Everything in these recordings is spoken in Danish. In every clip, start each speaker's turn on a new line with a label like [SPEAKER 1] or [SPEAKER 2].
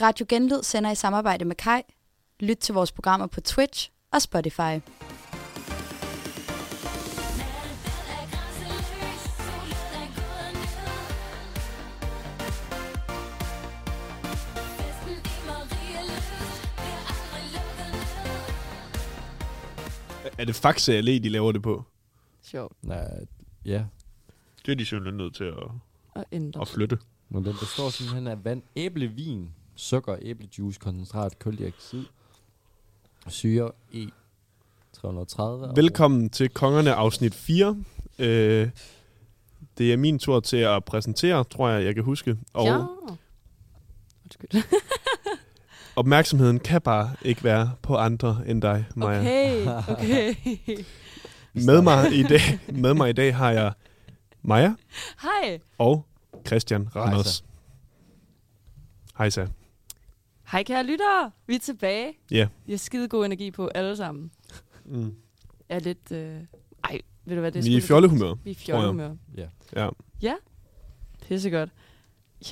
[SPEAKER 1] Radio Genlyd sender i samarbejde med Kai. Lyt til vores programmer på Twitch og Spotify.
[SPEAKER 2] Er det Faxe Allé, de laver det på?
[SPEAKER 3] Sjovt
[SPEAKER 4] Nej, ja.
[SPEAKER 2] Det er de simpelthen nødt til at,
[SPEAKER 3] at ændre.
[SPEAKER 2] at flytte.
[SPEAKER 4] Men den består simpelthen af vand, æblevin, sukker, æblejuice, koncentrat, kuldioxid, syre, E330. og-
[SPEAKER 2] Velkommen til Kongerne afsnit 4. Øh, det er min tur til at præsentere, tror jeg, jeg kan huske. Og
[SPEAKER 3] Ja. Undskyld.
[SPEAKER 2] opmærksomheden kan bare ikke være på andre end dig, Maja.
[SPEAKER 3] Okay, okay.
[SPEAKER 2] Med, mig i dag, med mig i dag har jeg Maja
[SPEAKER 3] Hej.
[SPEAKER 2] og Christian Randers. Hej så.
[SPEAKER 3] Hej kære lyttere. Vi er tilbage.
[SPEAKER 2] Ja.
[SPEAKER 3] Jeg har skide god energi på alle sammen.
[SPEAKER 2] Mm.
[SPEAKER 3] Jeg er lidt... Øh... Ej, ved du hvad, det er
[SPEAKER 2] Vi er i
[SPEAKER 3] sgu lidt-
[SPEAKER 2] fjollehumør.
[SPEAKER 3] Vi er i fjollehumør.
[SPEAKER 2] Ja.
[SPEAKER 3] Pissegodt.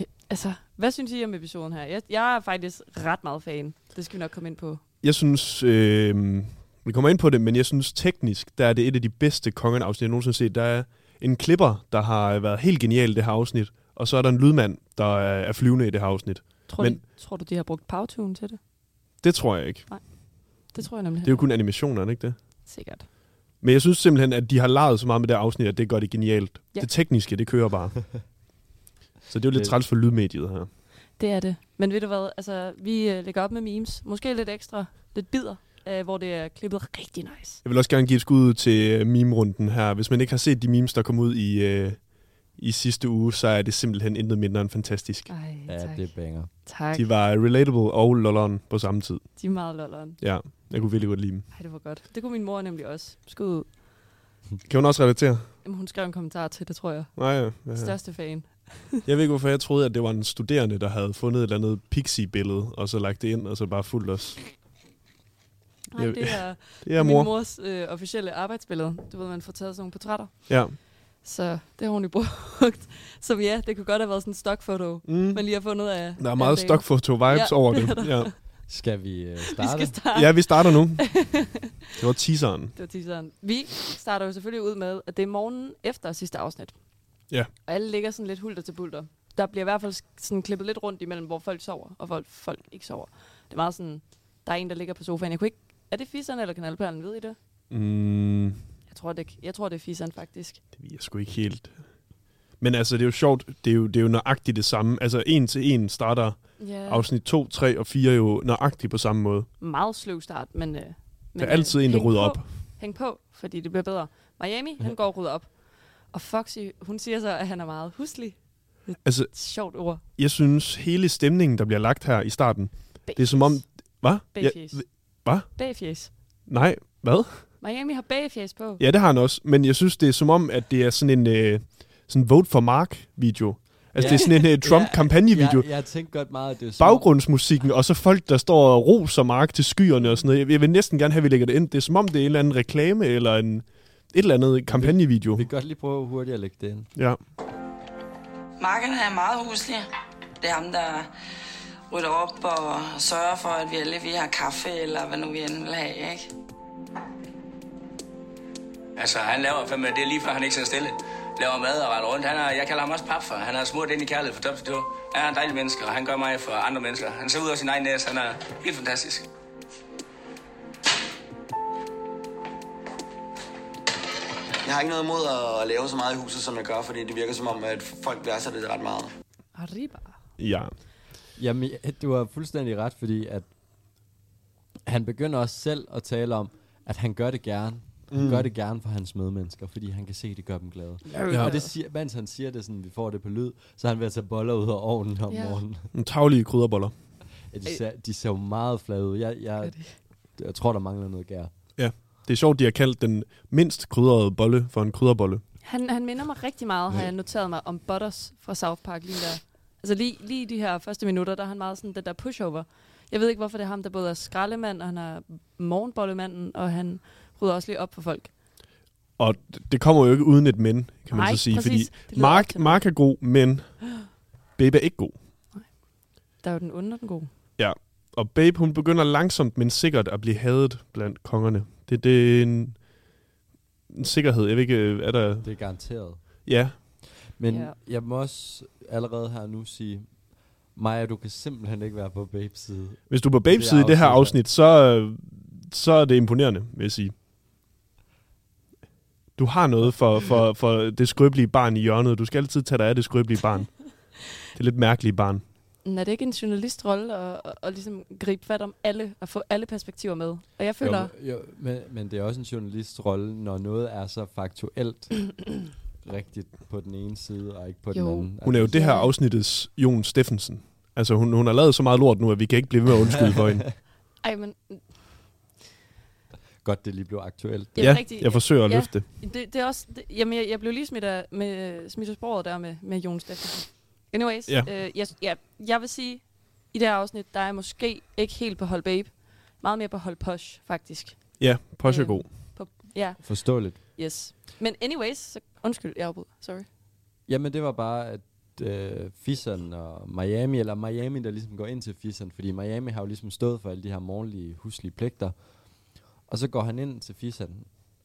[SPEAKER 3] Ja, altså, hvad synes I om episoden her? Jeg, jeg er faktisk ret meget fan. Det skal vi nok komme ind på.
[SPEAKER 2] Jeg synes, øh, vi kommer ind på det, men jeg synes teknisk, der er det et af de bedste kongen afsnit, jeg nogensinde har set. Der er en klipper, der har været helt genial i det her afsnit, og så er der en lydmand, der er er flyvende i det her afsnit.
[SPEAKER 3] Tror,
[SPEAKER 2] Men-
[SPEAKER 3] Men... du, tror du, de har brugt Powtune til det?
[SPEAKER 2] Det tror jeg ikke.
[SPEAKER 3] Det tror jeg nemlig.
[SPEAKER 2] Det er jo kun animationerne, ikke det?
[SPEAKER 3] Sikkert.
[SPEAKER 2] Men jeg synes simpelthen, at de har leget så meget med det her afsnit, at det gør det genialt.
[SPEAKER 3] Ja.
[SPEAKER 2] Det tekniske, det kører bare. Så det er jo lidt
[SPEAKER 4] Det-
[SPEAKER 2] træls for lydmediet her.
[SPEAKER 3] Det er det. Men ved du hvad, altså, vi øh, lægger op med memes. Måske lidt ekstra. Lidt bidder, øh, hvor det er klippet rigtig nice.
[SPEAKER 2] Jeg vil også gerne give et skud ud til øh, meme-runden her. Hvis man ikke har set de memes, der kom ud i, øh, i sidste uge, så er det simpelthen intet mindre end fantastisk.
[SPEAKER 3] Ej,
[SPEAKER 4] Ja,
[SPEAKER 3] tak.
[SPEAKER 4] det banger.
[SPEAKER 3] tak.
[SPEAKER 2] De var relatable og lolleren på samme tid.
[SPEAKER 3] De er meget lolleren.
[SPEAKER 2] Ja, jeg kunne virkelig godt lide dem.
[SPEAKER 3] Ej, det var godt. Det kunne min mor nemlig også. Skud ud.
[SPEAKER 2] Kan hun også relatere?
[SPEAKER 3] Jamen, hun skrev en kommentar til det, tror jeg.
[SPEAKER 2] Nej, ja. ja.
[SPEAKER 3] Største fan.
[SPEAKER 2] Jeg ved ikke, hvorfor jeg troede, at det var en studerende, der havde fundet et eller andet pixie-billede, og så lagt det ind, og så bare fuldt os.
[SPEAKER 3] Ej,
[SPEAKER 2] Jeg-
[SPEAKER 3] det er,
[SPEAKER 2] Det er
[SPEAKER 3] min
[SPEAKER 2] mor.
[SPEAKER 3] mors øh, officielle arbejdsbillede. Du ved, man får taget sådan nogle portrætter.
[SPEAKER 2] Ja.
[SPEAKER 3] Så det har hun jo brugt. Som ja, det kunne godt have været sådan en stockfoto,
[SPEAKER 2] Mm.
[SPEAKER 3] man lige har fundet af.
[SPEAKER 2] Der er
[SPEAKER 3] af
[SPEAKER 2] meget
[SPEAKER 3] dagen.
[SPEAKER 2] stockfoto-vibes
[SPEAKER 3] Ja.
[SPEAKER 2] over det. Ja.
[SPEAKER 4] Skal vi øh,
[SPEAKER 3] Vi
[SPEAKER 4] starte?
[SPEAKER 3] skal starte.
[SPEAKER 2] ja, vi starter nu. Det var teaseren.
[SPEAKER 3] Det var teaseren. Vi starter jo selvfølgelig ud med, at det er morgenen efter sidste afsnit.
[SPEAKER 2] Ja.
[SPEAKER 3] Og alle ligger sådan lidt hulter til bulter. Der bliver i hvert fald sådan klippet lidt rundt imellem, hvor folk sover, og hvor folk ikke sover. Det er meget sådan, der er en, der ligger på sofaen. Jeg kunne ikke... Er det fisseren eller kanalperlen? Ved I det?
[SPEAKER 2] Mm.
[SPEAKER 3] Jeg tror, det, jeg tror, det er fisseren, faktisk.
[SPEAKER 2] Det ved jeg sgu ikke helt. Men altså, det er jo sjovt. Det er jo, det er jo nøjagtigt det samme. Altså, en til en starter
[SPEAKER 3] Ja.
[SPEAKER 2] afsnit 2, 3 og 4 jo nøjagtigt på samme måde.
[SPEAKER 3] Meget sløv start, men... Øh, men
[SPEAKER 2] Der er
[SPEAKER 3] øh,
[SPEAKER 2] altid en, der
[SPEAKER 3] hæng
[SPEAKER 2] rydder
[SPEAKER 3] på.
[SPEAKER 2] op.
[SPEAKER 3] Hæng på, fordi det bliver bedre. Miami, han går og rydder op. Og Foxy, hun siger så, at han er meget huslig.
[SPEAKER 2] Altså,
[SPEAKER 3] Sjovt ord.
[SPEAKER 2] jeg synes, hele stemningen, der bliver lagt her i starten, det er som om... Hvad? Ja,
[SPEAKER 3] Bagfjæs.
[SPEAKER 2] hvad?
[SPEAKER 3] Bagfjæs.
[SPEAKER 2] nej, hvad?
[SPEAKER 3] Miami har bagfjæs på.
[SPEAKER 2] Ja, det har han også. Men jeg synes, det er som om, at det er sådan en øh, sådan vote for Mark-video. Altså,
[SPEAKER 4] Ja.
[SPEAKER 2] det er sådan en øh, Trump-kampagnevideo.
[SPEAKER 4] Jeg, jeg tænkte godt meget, at det er som om-
[SPEAKER 2] baggrundsmusikken, og så folk, der står og roser Mark til skyerne og sådan noget. Jeg- Jeg vil næsten gerne have, at vi lægger det ind. Det er som om, det er en eller anden reklame, eller en, et eller andet kampagnevideo.
[SPEAKER 4] Vi kan godt lige prøve hurtigt at lægge det ind.
[SPEAKER 2] Ja.
[SPEAKER 5] Marken er meget huslig. Det er ham, der rydder op og sørger for, at vi alle vi har kaffe, eller hvad nu vi end vil have, ikke?
[SPEAKER 6] Altså, han laver fandme, det er lige før, han ikke sidder stille. Laver mad og render rundt. Han er, jeg kalder ham også papfar. Han er smurt ind i kærlighed for top til tå. Han er en dejlig menneske, og han gør mig for andre mennesker. Han ser ud af sin egen næse. Han er helt fantastisk.
[SPEAKER 7] Jeg har ikke noget imod at lave så meget i huset, som jeg gør, fordi det virker som om, at folk værdsætter det ret meget.
[SPEAKER 3] Arriba.
[SPEAKER 2] ja.
[SPEAKER 4] Jamen, ja, du har fuldstændig ret, fordi at han begynder også selv at tale om, at han gør det gerne. Han mm. gør det gerne for hans medmennesker, fordi han kan se, at det gør dem glade. Ja. Og det siger, mens han siger det, sådan, vi får det på lyd, så er han ved at tage boller ud af ovnen om
[SPEAKER 3] Ja.
[SPEAKER 4] morgenen.
[SPEAKER 2] En taglige krydderboller.
[SPEAKER 4] Ja, de, ser, de ser jo meget flade ud. Jeg, jeg, jeg tror, der mangler noget gær.
[SPEAKER 2] Ja. Det er sjovt, de har kaldt den mindst krydrede bolle for en krydderbolle.
[SPEAKER 3] Han, han minder mig rigtig meget, har jeg noteret mig, om Butters fra South Park lige der. Altså lige, lige i de her første minutter, der er han meget sådan den der pushover. Jeg ved ikke, hvorfor det er ham, der både er skraldemand, og han er morgenbollemanden, og han rydder også lige op for folk.
[SPEAKER 2] Og d- det kommer jo ikke uden et men, kan man
[SPEAKER 3] Nej,
[SPEAKER 2] så sige.
[SPEAKER 3] præcis. Det
[SPEAKER 2] Fordi
[SPEAKER 3] leder op
[SPEAKER 2] Mark,
[SPEAKER 3] til noget.
[SPEAKER 2] Mark er god, men Babe er ikke god.
[SPEAKER 3] Der er jo den onde og den gode.
[SPEAKER 2] Og Babe, hun begynder langsomt, men sikkert at blive hadet blandt kongerne. Det, det er en, en sikkerhed. Jeg ved ikke, øh, er der...
[SPEAKER 4] Det er garanteret.
[SPEAKER 2] Ja,
[SPEAKER 4] Men
[SPEAKER 3] Ja.
[SPEAKER 4] jeg må også allerede her nu sige, Maja, du kan simpelthen ikke være på babes side.
[SPEAKER 2] hvis du er på Babes side i det her afsnit, så, øh, så er det imponerende, vil jeg sige. Du har noget for, for, for det skrøbelige barn i hjørnet. Du skal altid tage dig af det skrøbelige barn. Det lidt mærkelige barn.
[SPEAKER 3] Men er det ikke en journalistrolle at, at, at ligesom gribe fat om alle og få alle perspektiver med? Og jeg føler, jo.
[SPEAKER 4] Jo, jo, men, men det er også en journalistrolle, når noget er så faktuelt rigtigt på den ene side, og ikke på
[SPEAKER 3] Jo.
[SPEAKER 4] den anden.
[SPEAKER 2] Hun er jo
[SPEAKER 4] Altså,
[SPEAKER 2] det her afsnittets Jon Steffensen. Altså, hun, hun har lavet så meget lort nu, at vi kan ikke blive ved med at undskylde for hende.
[SPEAKER 3] ej, men
[SPEAKER 4] Godt, det lige blev aktuelt.
[SPEAKER 3] Jamen,
[SPEAKER 2] ja,
[SPEAKER 3] rigtig-
[SPEAKER 2] jeg forsøger at
[SPEAKER 3] ja.
[SPEAKER 2] løfte det.
[SPEAKER 3] det, det er også... Det, jamen, jeg, jeg blev lige smidt af, med, smidt af sporet der med, med Jon Steffensen. Anyways,
[SPEAKER 2] Ja.
[SPEAKER 3] ja. Øh, jeg, ja, jeg vil sige, i det her afsnit, der er jeg måske ikke helt på hold babe. Meget mere på hold posh, faktisk.
[SPEAKER 2] Ja, Porsche er
[SPEAKER 3] Øh.
[SPEAKER 2] god.
[SPEAKER 3] Ja,
[SPEAKER 4] Forståeligt.
[SPEAKER 3] yes. Men anyways, så, undskyld, jeg afbryder. Sorry.
[SPEAKER 4] Jamen, det var bare, at øh, Fisan og Miami, eller Miami, der ligesom går ind til Fisan, fordi Miami har jo ligesom stået for alle de her morgenlige huslige pligter. Og så går han ind til Fisan,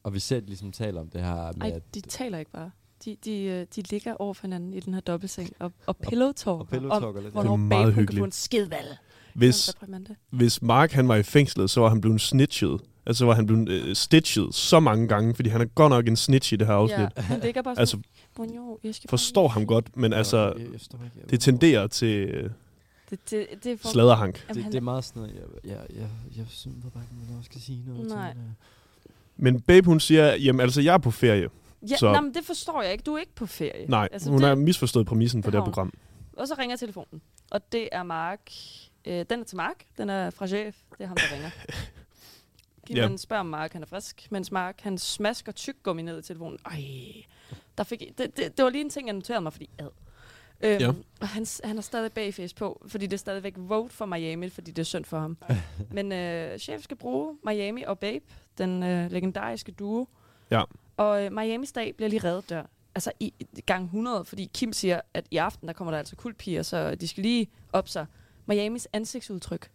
[SPEAKER 4] og vi ser de ligesom tale om det her med,
[SPEAKER 3] Ej,
[SPEAKER 4] at
[SPEAKER 3] de taler ikke bare. De, de, øh, de ligger over for hinanden i den her dobbeltseng og, og pillow talk.
[SPEAKER 4] og pillow
[SPEAKER 3] om,
[SPEAKER 4] talker lidt.
[SPEAKER 2] Det
[SPEAKER 3] hvornår
[SPEAKER 2] er meget
[SPEAKER 3] babe hun kan
[SPEAKER 2] hyggeligt.
[SPEAKER 3] få en skidvalg.
[SPEAKER 2] Hvis,
[SPEAKER 3] Reprimande.
[SPEAKER 2] hvis Mark han var i fængslet, så var han blevet snitchet. Altså, så var han blevet øh, stitchet så mange gange, fordi han er godt nok en snitch i det her afsnit.
[SPEAKER 3] Ja, han ligger bare sådan,
[SPEAKER 2] Altså,
[SPEAKER 3] altså, Bonjour, jeg skal
[SPEAKER 2] forstår ham godt, men altså,
[SPEAKER 4] jeg forstår ikke, jeg-
[SPEAKER 2] det tenderer til øh,
[SPEAKER 3] Det, det, det er for...
[SPEAKER 2] sladerhank.
[SPEAKER 3] Jamen,
[SPEAKER 4] Det,
[SPEAKER 3] han,
[SPEAKER 4] det er meget sådan noget, jeg, jeg, jeg, jeg synes bare ikke, man skal sige noget.
[SPEAKER 3] Nej.
[SPEAKER 4] Til, øh. hende.
[SPEAKER 2] Men Babe, hun siger, jamen altså, jeg er på ferie.
[SPEAKER 3] ja,
[SPEAKER 2] så-
[SPEAKER 3] nej, men det forstår jeg ikke. Du er ikke på ferie.
[SPEAKER 2] Nej,
[SPEAKER 3] altså,
[SPEAKER 2] hun
[SPEAKER 3] det,
[SPEAKER 2] har misforstået præmissen for
[SPEAKER 3] det
[SPEAKER 2] det her
[SPEAKER 3] har hun.
[SPEAKER 2] program.
[SPEAKER 3] Og så ringer telefonen. Og det er Mark. Øh, den er til Mark. Den er fra chef. Det er ham, der ringer. Giv
[SPEAKER 2] Ja.
[SPEAKER 3] yeah. spørger om Mark, han er frisk, mens Mark, han smasker tyggegummi ned i telefonen. Ej, der fik, det, det, det var lige en ting, jeg noterede mig, fordi ad. Øhm,
[SPEAKER 2] Ja.
[SPEAKER 3] ja. Og han, s- han har stadig bagface på, fordi det er stadigvæk vote for Miami, fordi det er synd for ham. Men øh, chef skal bruge Miami og Babe, den øh, legendariske duo.
[SPEAKER 2] Ja.
[SPEAKER 3] Og øh, Miamis dag bliver lige reddet der. Altså i i gang 100, fordi Kim siger, at i aften, der kommer der altså kultpiger, så de skal lige op sig. Miamis ansigtsudtryk.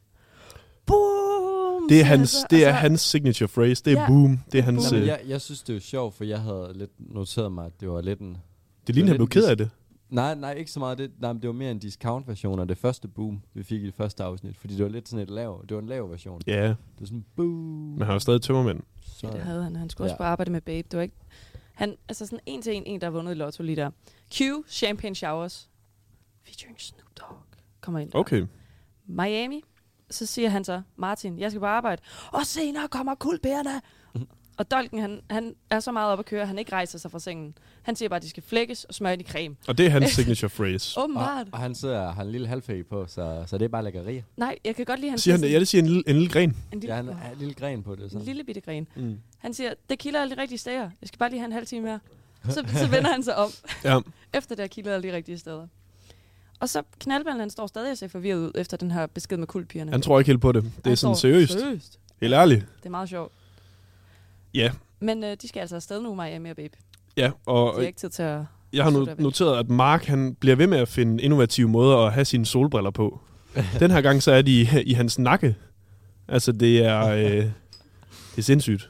[SPEAKER 3] Boom! Altså,
[SPEAKER 2] Det er
[SPEAKER 3] siger han
[SPEAKER 2] hans,
[SPEAKER 3] så,
[SPEAKER 2] det
[SPEAKER 3] og
[SPEAKER 2] er
[SPEAKER 3] så-
[SPEAKER 2] hans signature phrase. Det er
[SPEAKER 3] Ja.
[SPEAKER 2] boom. Det er hans...
[SPEAKER 4] Nå,
[SPEAKER 2] Øh,
[SPEAKER 4] men jeg, jeg synes, det er jo sjovt, for jeg havde lidt noteret mig, at det var lidt en...
[SPEAKER 2] det ligner, han blev
[SPEAKER 4] lidt
[SPEAKER 2] ked af det.
[SPEAKER 4] Nej, nej, ikke så meget. Det, nej, men det var mere en discount-version af det første boom, vi fik i det første afsnit. Fordi det var lidt sådan et lav. Det var en lav version.
[SPEAKER 2] Ja,
[SPEAKER 4] Det var sådan boom.
[SPEAKER 2] men han er jo stadig tømmermænd.
[SPEAKER 4] Så,
[SPEAKER 3] Ja, det havde han. Han skulle ja.
[SPEAKER 4] Ja.
[SPEAKER 3] også bare arbejde med Babe. Det var ikke... Han, altså sådan en til en, en der har vundet i lotto lige der. Q, Champagne Showers, featuring Snoop Dogg, kommer ind. der.
[SPEAKER 2] Okay.
[SPEAKER 3] Miami, så siger han så, Martin, jeg skal på arbejde. Og senere kommer kulbærerne. og Dolken, han, han er så meget op at køre, han ikke rejser sig fra sengen. Han siger bare, at de skal flækkes og smøre ind i creme.
[SPEAKER 2] Og det er hans signature phrase.
[SPEAKER 3] Åbenbart.
[SPEAKER 4] og, og, han sidder og har en lille halvfag på, så, så det er bare lækkerier.
[SPEAKER 3] Nej, jeg kan godt lide, han
[SPEAKER 2] Siger han,
[SPEAKER 3] sådan
[SPEAKER 2] ja, det siger en lille, en lille gren.
[SPEAKER 3] en lille,
[SPEAKER 4] Ja, han har en lille gren på det.
[SPEAKER 3] en
[SPEAKER 4] Sådan.
[SPEAKER 3] lille bitte gren.
[SPEAKER 2] Mm.
[SPEAKER 3] Han siger, det kilder alle de rigtige steder. Jeg skal bare lige have en halv time mere. Så, så vender han sig om.
[SPEAKER 2] Ja.
[SPEAKER 3] efter det har kildet alle de rigtige steder. Og så knaldmanden han står stadig og ser forvirret ud efter den her besked med kulpigerne.
[SPEAKER 2] Han tror ikke helt på det. Det er
[SPEAKER 3] Han
[SPEAKER 2] sådan
[SPEAKER 3] står,
[SPEAKER 2] seriøst.
[SPEAKER 3] seriøst.
[SPEAKER 2] Helt ærligt.
[SPEAKER 3] Det er meget sjovt.
[SPEAKER 2] Ja.
[SPEAKER 3] Men øh, de skal altså afsted nu, Miami og Babe.
[SPEAKER 2] Ja, og
[SPEAKER 3] Det er ikke tid til at...
[SPEAKER 2] jeg har
[SPEAKER 3] Slutter
[SPEAKER 2] nu
[SPEAKER 3] vi.
[SPEAKER 2] noteret, at Mark han bliver ved med at finde innovative måder at have sine solbriller på. Den her gang så er de i, i hans nakke. Altså det er, øh, det er sindssygt.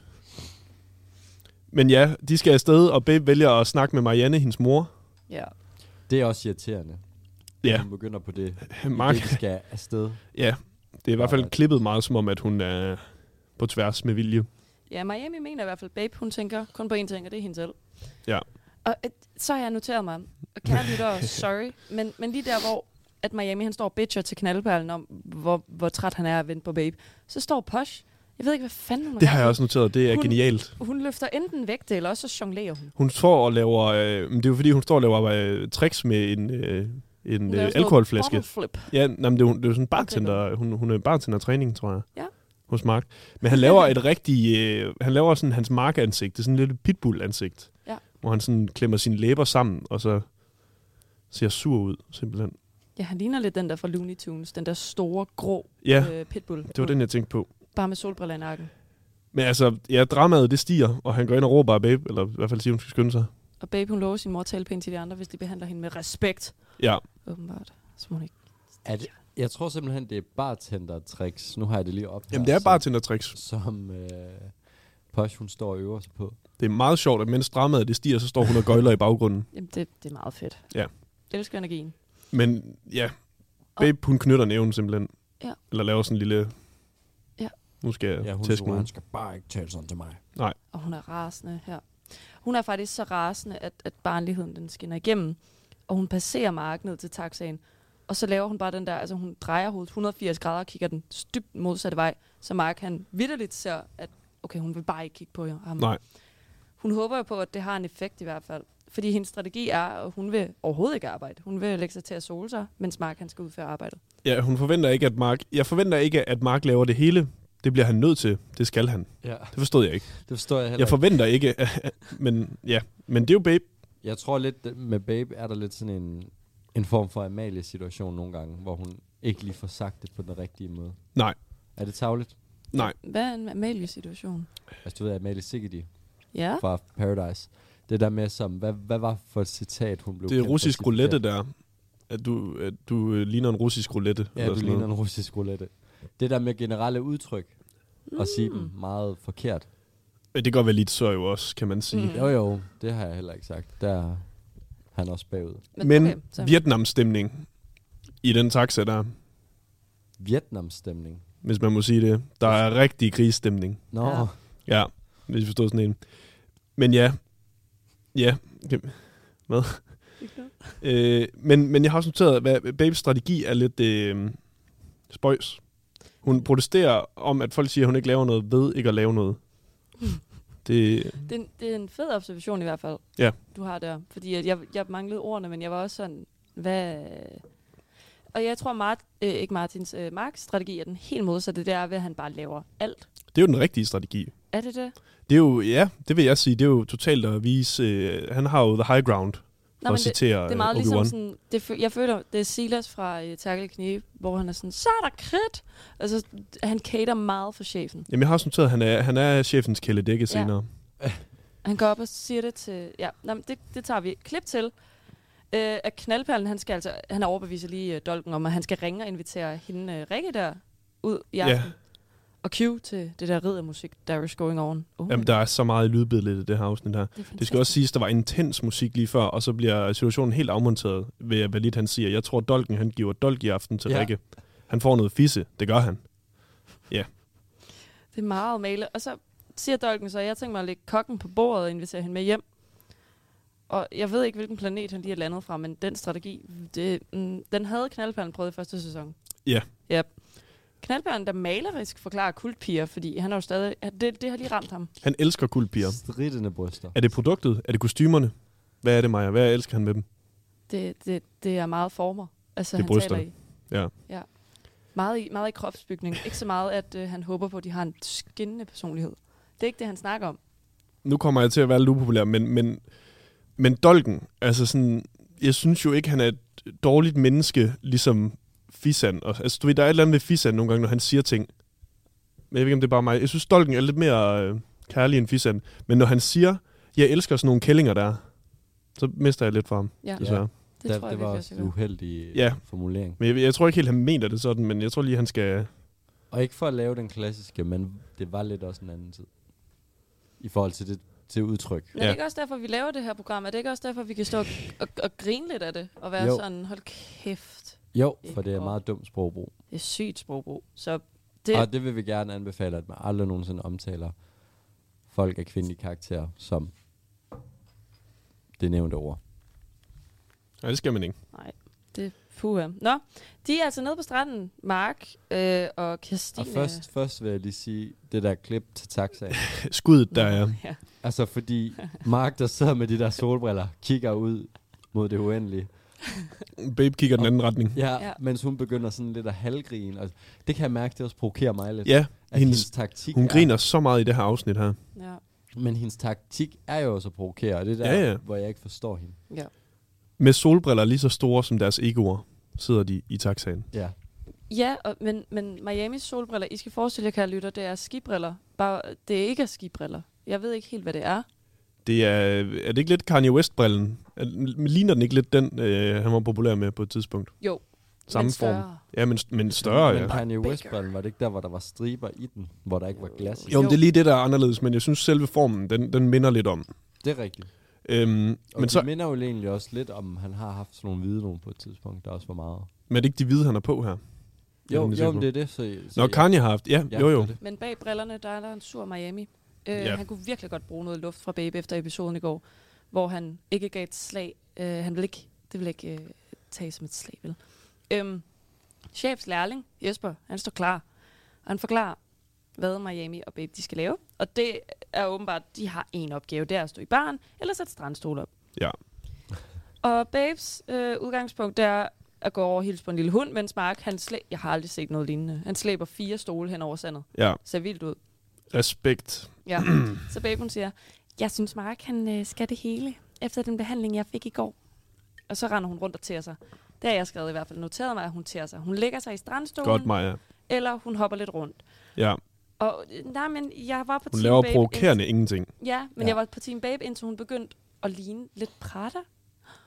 [SPEAKER 2] Men ja, de skal afsted, og Babe vælger at snakke med Marianne, hendes mor.
[SPEAKER 3] Ja.
[SPEAKER 4] Det er også irriterende.
[SPEAKER 2] Ja.
[SPEAKER 4] Når man begynder på det.
[SPEAKER 2] Mark,
[SPEAKER 4] Det, vi skal afsted.
[SPEAKER 2] ja, det er i hvert fald klippet meget som om, at hun er på tværs med vilje.
[SPEAKER 3] ja, Miami mener i hvert fald, Babe, hun tænker kun på én ting, og det er hende selv.
[SPEAKER 2] Ja.
[SPEAKER 3] Og øh, så har jeg noteret mig, og kære lytter, sorry, men, men lige der, hvor at Miami han står og bitcher til knaldperlen om, hvor, hvor træt han er af at vente på Babe, så står Posh, jeg ved ikke, hvad fanden hun
[SPEAKER 2] Det har jeg
[SPEAKER 3] gang i.
[SPEAKER 2] også noteret, det er
[SPEAKER 3] Hun-
[SPEAKER 2] genialt.
[SPEAKER 3] Hun løfter enten vægte, eller også så jonglerer hun.
[SPEAKER 2] Hun står og laver, øh, men det er jo fordi, hun står og laver øh, tricks med en, øh, en
[SPEAKER 3] Hun laver
[SPEAKER 2] øh,
[SPEAKER 3] sådan noget
[SPEAKER 2] alkoholflaske.
[SPEAKER 3] bottle Flip.
[SPEAKER 2] Ja, nej, men det er, jo- det er jo sådan en bartender, hun, hun er en bartender-træning, tror jeg.
[SPEAKER 3] Ja.
[SPEAKER 2] Hos Mark. Men han laver et rigtig, øh, han laver sådan hans markansigt, det er sådan et lille pitbull-ansigt.
[SPEAKER 3] Ja.
[SPEAKER 2] Hvor han sådan klemmer sine læber sammen, og så ser sur ud, simpelthen.
[SPEAKER 3] Ja, han ligner lidt den der fra Looney Tunes, den der store, grå
[SPEAKER 2] Ja,
[SPEAKER 3] øh, pitbull.
[SPEAKER 2] det var den, jeg tænkte på.
[SPEAKER 3] Bare med solbriller i nakken.
[SPEAKER 2] Men altså, ja, dramaet det stiger, og han går ind og råber af babe, eller i hvert fald siger, hun skal skynde sig.
[SPEAKER 3] Og baby, hun lover sin mor at tale pænt til de andre, hvis de behandler hende med respekt.
[SPEAKER 2] Ja,
[SPEAKER 3] Åbenbart. Så må hun ikke.
[SPEAKER 4] Er det, jeg tror simpelthen, det er bartender-tricks. Nu har jeg det lige op her,
[SPEAKER 2] Jamen, det er
[SPEAKER 4] som-
[SPEAKER 2] bartender-tricks.
[SPEAKER 4] Som øh, Posh, hun står og øver sig på.
[SPEAKER 2] Det er meget sjovt, at mens dramaet det stiger, så står hun og gøjler i baggrunden.
[SPEAKER 3] Jamen, det, det er meget fedt.
[SPEAKER 2] Ja.
[SPEAKER 3] Jeg elsker energien.
[SPEAKER 2] Men ja, Babe, hun knytter næven simpelthen.
[SPEAKER 3] Ja.
[SPEAKER 2] Eller laver sådan en lille...
[SPEAKER 3] Ja.
[SPEAKER 2] Nu skal jeg
[SPEAKER 4] Ja, hun,
[SPEAKER 2] tæske
[SPEAKER 4] tror,
[SPEAKER 2] nogen.
[SPEAKER 4] han skal bare ikke tale sådan til mig.
[SPEAKER 3] Og hun er rasende her. Hun er faktisk så rasende, at, at barnligheden den skinner igennem. Og hun passerer Mark ned til taxaen. Og så laver hun bare den der, altså hun drejer hovedet 180 grader og kigger den dybt modsatte vej. Så Mark han vidderligt ser, at okay, hun vil bare ikke kigge på ham.
[SPEAKER 2] Nej.
[SPEAKER 3] Hun håber jo på, at det har en effekt i hvert fald. Fordi hendes strategi er, at hun vil overhovedet ikke arbejde. Hun vil lægge sig til at sole sig, mens Mark han skal udføre arbejdet.
[SPEAKER 2] Ja, hun forventer ikke, at Mark... Jeg forventer ikke, at Mark laver det hele. Det bliver han nødt til. Det skal han.
[SPEAKER 4] Ja.
[SPEAKER 2] Det forstod jeg ikke.
[SPEAKER 4] Det forstår jeg heller
[SPEAKER 2] Jeg
[SPEAKER 4] ikke.
[SPEAKER 2] forventer ikke, men ja. Men det er jo Babe.
[SPEAKER 4] Jeg tror lidt, det- med Babe er der lidt sådan en, en form for Amalie-situation nogle gange, hvor hun ikke lige får sagt det på den rigtige måde.
[SPEAKER 2] Nej,
[SPEAKER 4] Er det tavligt?
[SPEAKER 2] nej.
[SPEAKER 3] Hvad er en Amalie-situation?
[SPEAKER 4] Altså, du ved, Amalie Sigidi
[SPEAKER 3] Ja.
[SPEAKER 4] fra Paradise. Det der med som, hvad, hvad var for et citat, hun blev
[SPEAKER 2] Det er
[SPEAKER 4] kendt for
[SPEAKER 2] russisk
[SPEAKER 4] sit
[SPEAKER 2] roulette
[SPEAKER 4] citat?
[SPEAKER 2] der. At du, at du øh, ligner en russisk roulette.
[SPEAKER 4] Ja, du ligner en russisk roulette. Det der med generelle udtryk, og sige
[SPEAKER 3] Mm.
[SPEAKER 4] dem meget forkert.
[SPEAKER 2] noget. Det gør vel lidt så jo også, kan man sige.
[SPEAKER 4] Mm. Jo jo, det har jeg heller ikke sagt. Der er han også bagud.
[SPEAKER 2] Mm. Men
[SPEAKER 3] okay, så-
[SPEAKER 2] okay, Vietnam-stemning i den taxa der,
[SPEAKER 4] Vietnam-stemning.
[SPEAKER 2] hvis man må sige det. Der er rigtig krigsstemning.
[SPEAKER 4] Nå,
[SPEAKER 3] Ja.
[SPEAKER 4] ja.
[SPEAKER 2] Ja, hvis I forstår sådan en. Men ja, ja, det- hvad? øh, men, men jeg har også noteret, at Babes strategi er lidt øh, spøjs. Hun protesterer om, at folk siger, at hun ikke laver noget ved ikke at lave noget. Det,
[SPEAKER 3] Det, er en- det er en fed observation i hvert fald,
[SPEAKER 2] Ja.
[SPEAKER 3] du har der. Fordi at jeg, jeg manglede ordene, men jeg var også sådan, hvad... Og jeg tror, Mart, øh, ikke Martins, øh, Marks strategi er den helt modsatte. Det er, ved, at han bare laver alt.
[SPEAKER 2] det er jo den rigtige strategi.
[SPEAKER 3] Er det det?
[SPEAKER 2] Det er jo, ja, det vil jeg sige, det er jo totalt at vise, øh, han har jo the high ground, for
[SPEAKER 3] men
[SPEAKER 2] at
[SPEAKER 3] det,
[SPEAKER 2] citere
[SPEAKER 3] det er meget
[SPEAKER 2] øh,
[SPEAKER 3] ligesom
[SPEAKER 2] Obi-Wan.
[SPEAKER 3] sådan, det, fø- jeg føler, det er Silas fra øh, Terkel Knæ, hvor han er sådan, så er der kridt! Altså, han cater meget for chefen.
[SPEAKER 2] Jamen, jeg har også noteret, at han er, han er chefens kæledække senere.
[SPEAKER 3] Han går op og siger det til... Ja, nå, men det, det tager vi. Klip til. Øh, at knaldperlen, han skal altså... Han overbeviser lige øh, Dolken om, at han skal ringe og invitere hende øh, Rikke der ud i aften.
[SPEAKER 2] Ja.
[SPEAKER 3] Og cue til det der riddermusik, der is going on. Oh,
[SPEAKER 2] Jamen, der er så meget lydbilledet i det her afsnit her.
[SPEAKER 3] det, er
[SPEAKER 2] Det skal også siges, der var intens musik lige før, og så bliver situationen helt afmonteret ved, at Valit han siger, jeg tror, Dolken han giver Dolk i aften til ja.
[SPEAKER 4] Ja.
[SPEAKER 2] Rikke. Han får noget fisse, det gør han.
[SPEAKER 3] Det er meget male. Og så siger Dolken så, jeg tænker mig at lægge kokken på bordet og invitere hende med hjem. Og jeg ved ikke, hvilken planet han lige er landet fra, men den strategi, det, mm, den havde Knaldperlen prøvet i første sæson.
[SPEAKER 2] Ja.
[SPEAKER 3] Yep. Knaldperlen, der malerisk forklarer kultpiger, fordi han er jo stadig... han- Det, det har lige ramt ham.
[SPEAKER 2] Han elsker guldpiger.
[SPEAKER 4] Stridende bryster.
[SPEAKER 2] Er det produktet? Er det kostymerne? Hvad er det, Maja? Hvad elsker han med dem?
[SPEAKER 3] Det, det, det er meget former, altså
[SPEAKER 2] Det er
[SPEAKER 3] han
[SPEAKER 2] brysterne.
[SPEAKER 3] taler i.
[SPEAKER 2] Ja.
[SPEAKER 3] ja. Meget, i, meget i kropsbygning. Ikke så meget, at øh, han håber på, at de har en skinnende personlighed. Det er ikke det, han snakker om.
[SPEAKER 2] nu kommer jeg til at være lidt upopulær, men, men, men Dolken, altså sådan, jeg synes jo ikke, han er et dårligt menneske, ligesom Fisan. Og, altså, du ved, der er et eller andet ved Fisan nogle gange, når han siger ting. Men jeg ved ikke, om det er bare mig. Jeg synes, Dolken er lidt mere øh, kærlig end Fisan. Men når han siger, jeg elsker sådan nogle kællinger der, er", så mister jeg lidt for ham,
[SPEAKER 3] Ja,
[SPEAKER 2] desværre. Ja.
[SPEAKER 3] det
[SPEAKER 4] der,
[SPEAKER 3] tror jeg virkelig
[SPEAKER 4] det var
[SPEAKER 3] også,
[SPEAKER 4] også
[SPEAKER 3] jeg
[SPEAKER 4] en
[SPEAKER 3] gør.
[SPEAKER 4] uheldig
[SPEAKER 2] Ja.
[SPEAKER 4] ja. formulering.
[SPEAKER 2] Men jeg, jeg, tror ikke helt, han mener det sådan, men jeg tror lige, han skal...
[SPEAKER 4] Og ikke for at lave den klassiske, men det var lidt også en anden tid. I forhold til det til udtryk.
[SPEAKER 3] Men er
[SPEAKER 2] Ja.
[SPEAKER 3] det ikke også derfor, vi laver det her program? Er det ikke også derfor, vi kan stå og, og, og grine lidt af det? Og være jo.
[SPEAKER 4] Jo.
[SPEAKER 3] sådan, hold kæft,
[SPEAKER 4] Jo, for det er meget dumt sprogbrug.
[SPEAKER 3] det er sygt sprogbrug. Så
[SPEAKER 4] Det.
[SPEAKER 3] det,
[SPEAKER 4] Og det vil vi gerne anbefale, at man aldrig nogensinde omtaler folk af kvindelige karakterer som det nævnte ord.
[SPEAKER 2] Nej, det skal man ikke.
[SPEAKER 3] nej, det puha. Nå, de er altså nede på stranden, Mark øh, og
[SPEAKER 4] Og
[SPEAKER 3] Kirstine.
[SPEAKER 4] først, først vil jeg lige sige det der klip til taxaen.
[SPEAKER 2] Skuddet der er...
[SPEAKER 3] Ja.
[SPEAKER 4] Altså fordi Mark, der sidder med de der solbriller, kigger ud mod det uendelige.
[SPEAKER 2] Babe kigger den anden retning.
[SPEAKER 4] Ja,
[SPEAKER 3] Ja.
[SPEAKER 4] ja. mens hun begynder sådan lidt at halvgrine. Og det kan jeg mærke, det også provokerer mig lidt.
[SPEAKER 2] Ja,
[SPEAKER 4] at hendes,
[SPEAKER 2] hendes,
[SPEAKER 4] hendes taktik
[SPEAKER 2] hun
[SPEAKER 4] er,
[SPEAKER 2] griner så meget i det her afsnit her.
[SPEAKER 3] ja.
[SPEAKER 4] Men hendes taktik er jo også at provokere, og det er der,
[SPEAKER 2] Ja, ja.
[SPEAKER 4] hvor jeg ikke forstår hende.
[SPEAKER 3] ja.
[SPEAKER 2] Med solbriller lige så store som deres egoer, sidder de i taxaen.
[SPEAKER 4] Ja.
[SPEAKER 3] Ja, og, men, men Miamis solbriller, I skal forestille jer, kære lytter, det er skibriller. Bare, det er ikke er skibriller. Jeg ved ikke helt, hvad det er.
[SPEAKER 2] Det er, er det ikke lidt Kanye West-brillen? Er- Ligner den ikke lidt den, øh, han var populær med på et tidspunkt?
[SPEAKER 3] Jo,
[SPEAKER 2] Samme form.
[SPEAKER 3] Men større.
[SPEAKER 2] Ja, men, men større,
[SPEAKER 4] Men
[SPEAKER 2] ja.
[SPEAKER 4] Kanye
[SPEAKER 3] Bigger.
[SPEAKER 4] West-ballen, var det ikke der, hvor der var striber i den? Hvor der ikke var glas i?
[SPEAKER 2] Jo, men det er lige det, der er anderledes, men jeg synes, selve formen, den, den minder lidt om.
[SPEAKER 4] Det er rigtigt.
[SPEAKER 2] Øhm,
[SPEAKER 4] Og
[SPEAKER 2] men,
[SPEAKER 4] men
[SPEAKER 2] så,
[SPEAKER 4] så... minder jo egentlig også lidt om, han har haft sådan nogle hvide nogen på et tidspunkt, der også var meget.
[SPEAKER 2] men er det ikke de hvide, han er på her? Jeg er
[SPEAKER 4] Jo,
[SPEAKER 2] nemlig sikker
[SPEAKER 4] jo,
[SPEAKER 2] på.
[SPEAKER 4] men det er det. Så, så
[SPEAKER 2] Nå, Kanye har haft. Ja,
[SPEAKER 4] Ja,
[SPEAKER 2] jo jo.
[SPEAKER 4] det er det.
[SPEAKER 3] Men bag brillerne, der er der en sur Miami. Øh,
[SPEAKER 2] Ja.
[SPEAKER 3] Han kunne virkelig godt bruge noget luft fra Babe efter episoden i går, hvor han ikke gav et slag. Øh, han vil ikke, det vil ikke øh, tage som et slag, vel? Øhm, chefs lærling, Jesper, han står klar. Og han forklarer, hvad Miami og Babe de skal lave. Og det er åbenbart, de har en opgave, det er at stå i baren eller sætte strandstol op.
[SPEAKER 2] Ja.
[SPEAKER 3] Og Babes øh, udgangspunkt det er at gå over og hilse på en lille hund, mens Mark, han slæ- jeg har aldrig set noget lignende. Han slæber fire stole hen over sandet.
[SPEAKER 2] ja.
[SPEAKER 3] Ser vildt ud.
[SPEAKER 2] Respekt.
[SPEAKER 3] Ja. så babe, hun siger, jeg synes Mark, han øh, skal det hele, efter den behandling, jeg fik i går. Og så render hun rundt og tærer sig. Det har jeg skrevet i hvert fald noteret mig, at hun tærer sig. Hun lægger sig i strandstolen,
[SPEAKER 2] Godt, Maja.
[SPEAKER 3] eller hun hopper lidt rundt.
[SPEAKER 2] Ja,
[SPEAKER 3] Og øh, nej, men jeg var på
[SPEAKER 2] hun
[SPEAKER 3] team
[SPEAKER 2] laver
[SPEAKER 3] babe
[SPEAKER 2] provokerende ingenting.
[SPEAKER 3] Indtil, ja, men
[SPEAKER 4] Ja.
[SPEAKER 3] ja. jeg var på team babe, indtil hun begyndte at ligne lidt prætter.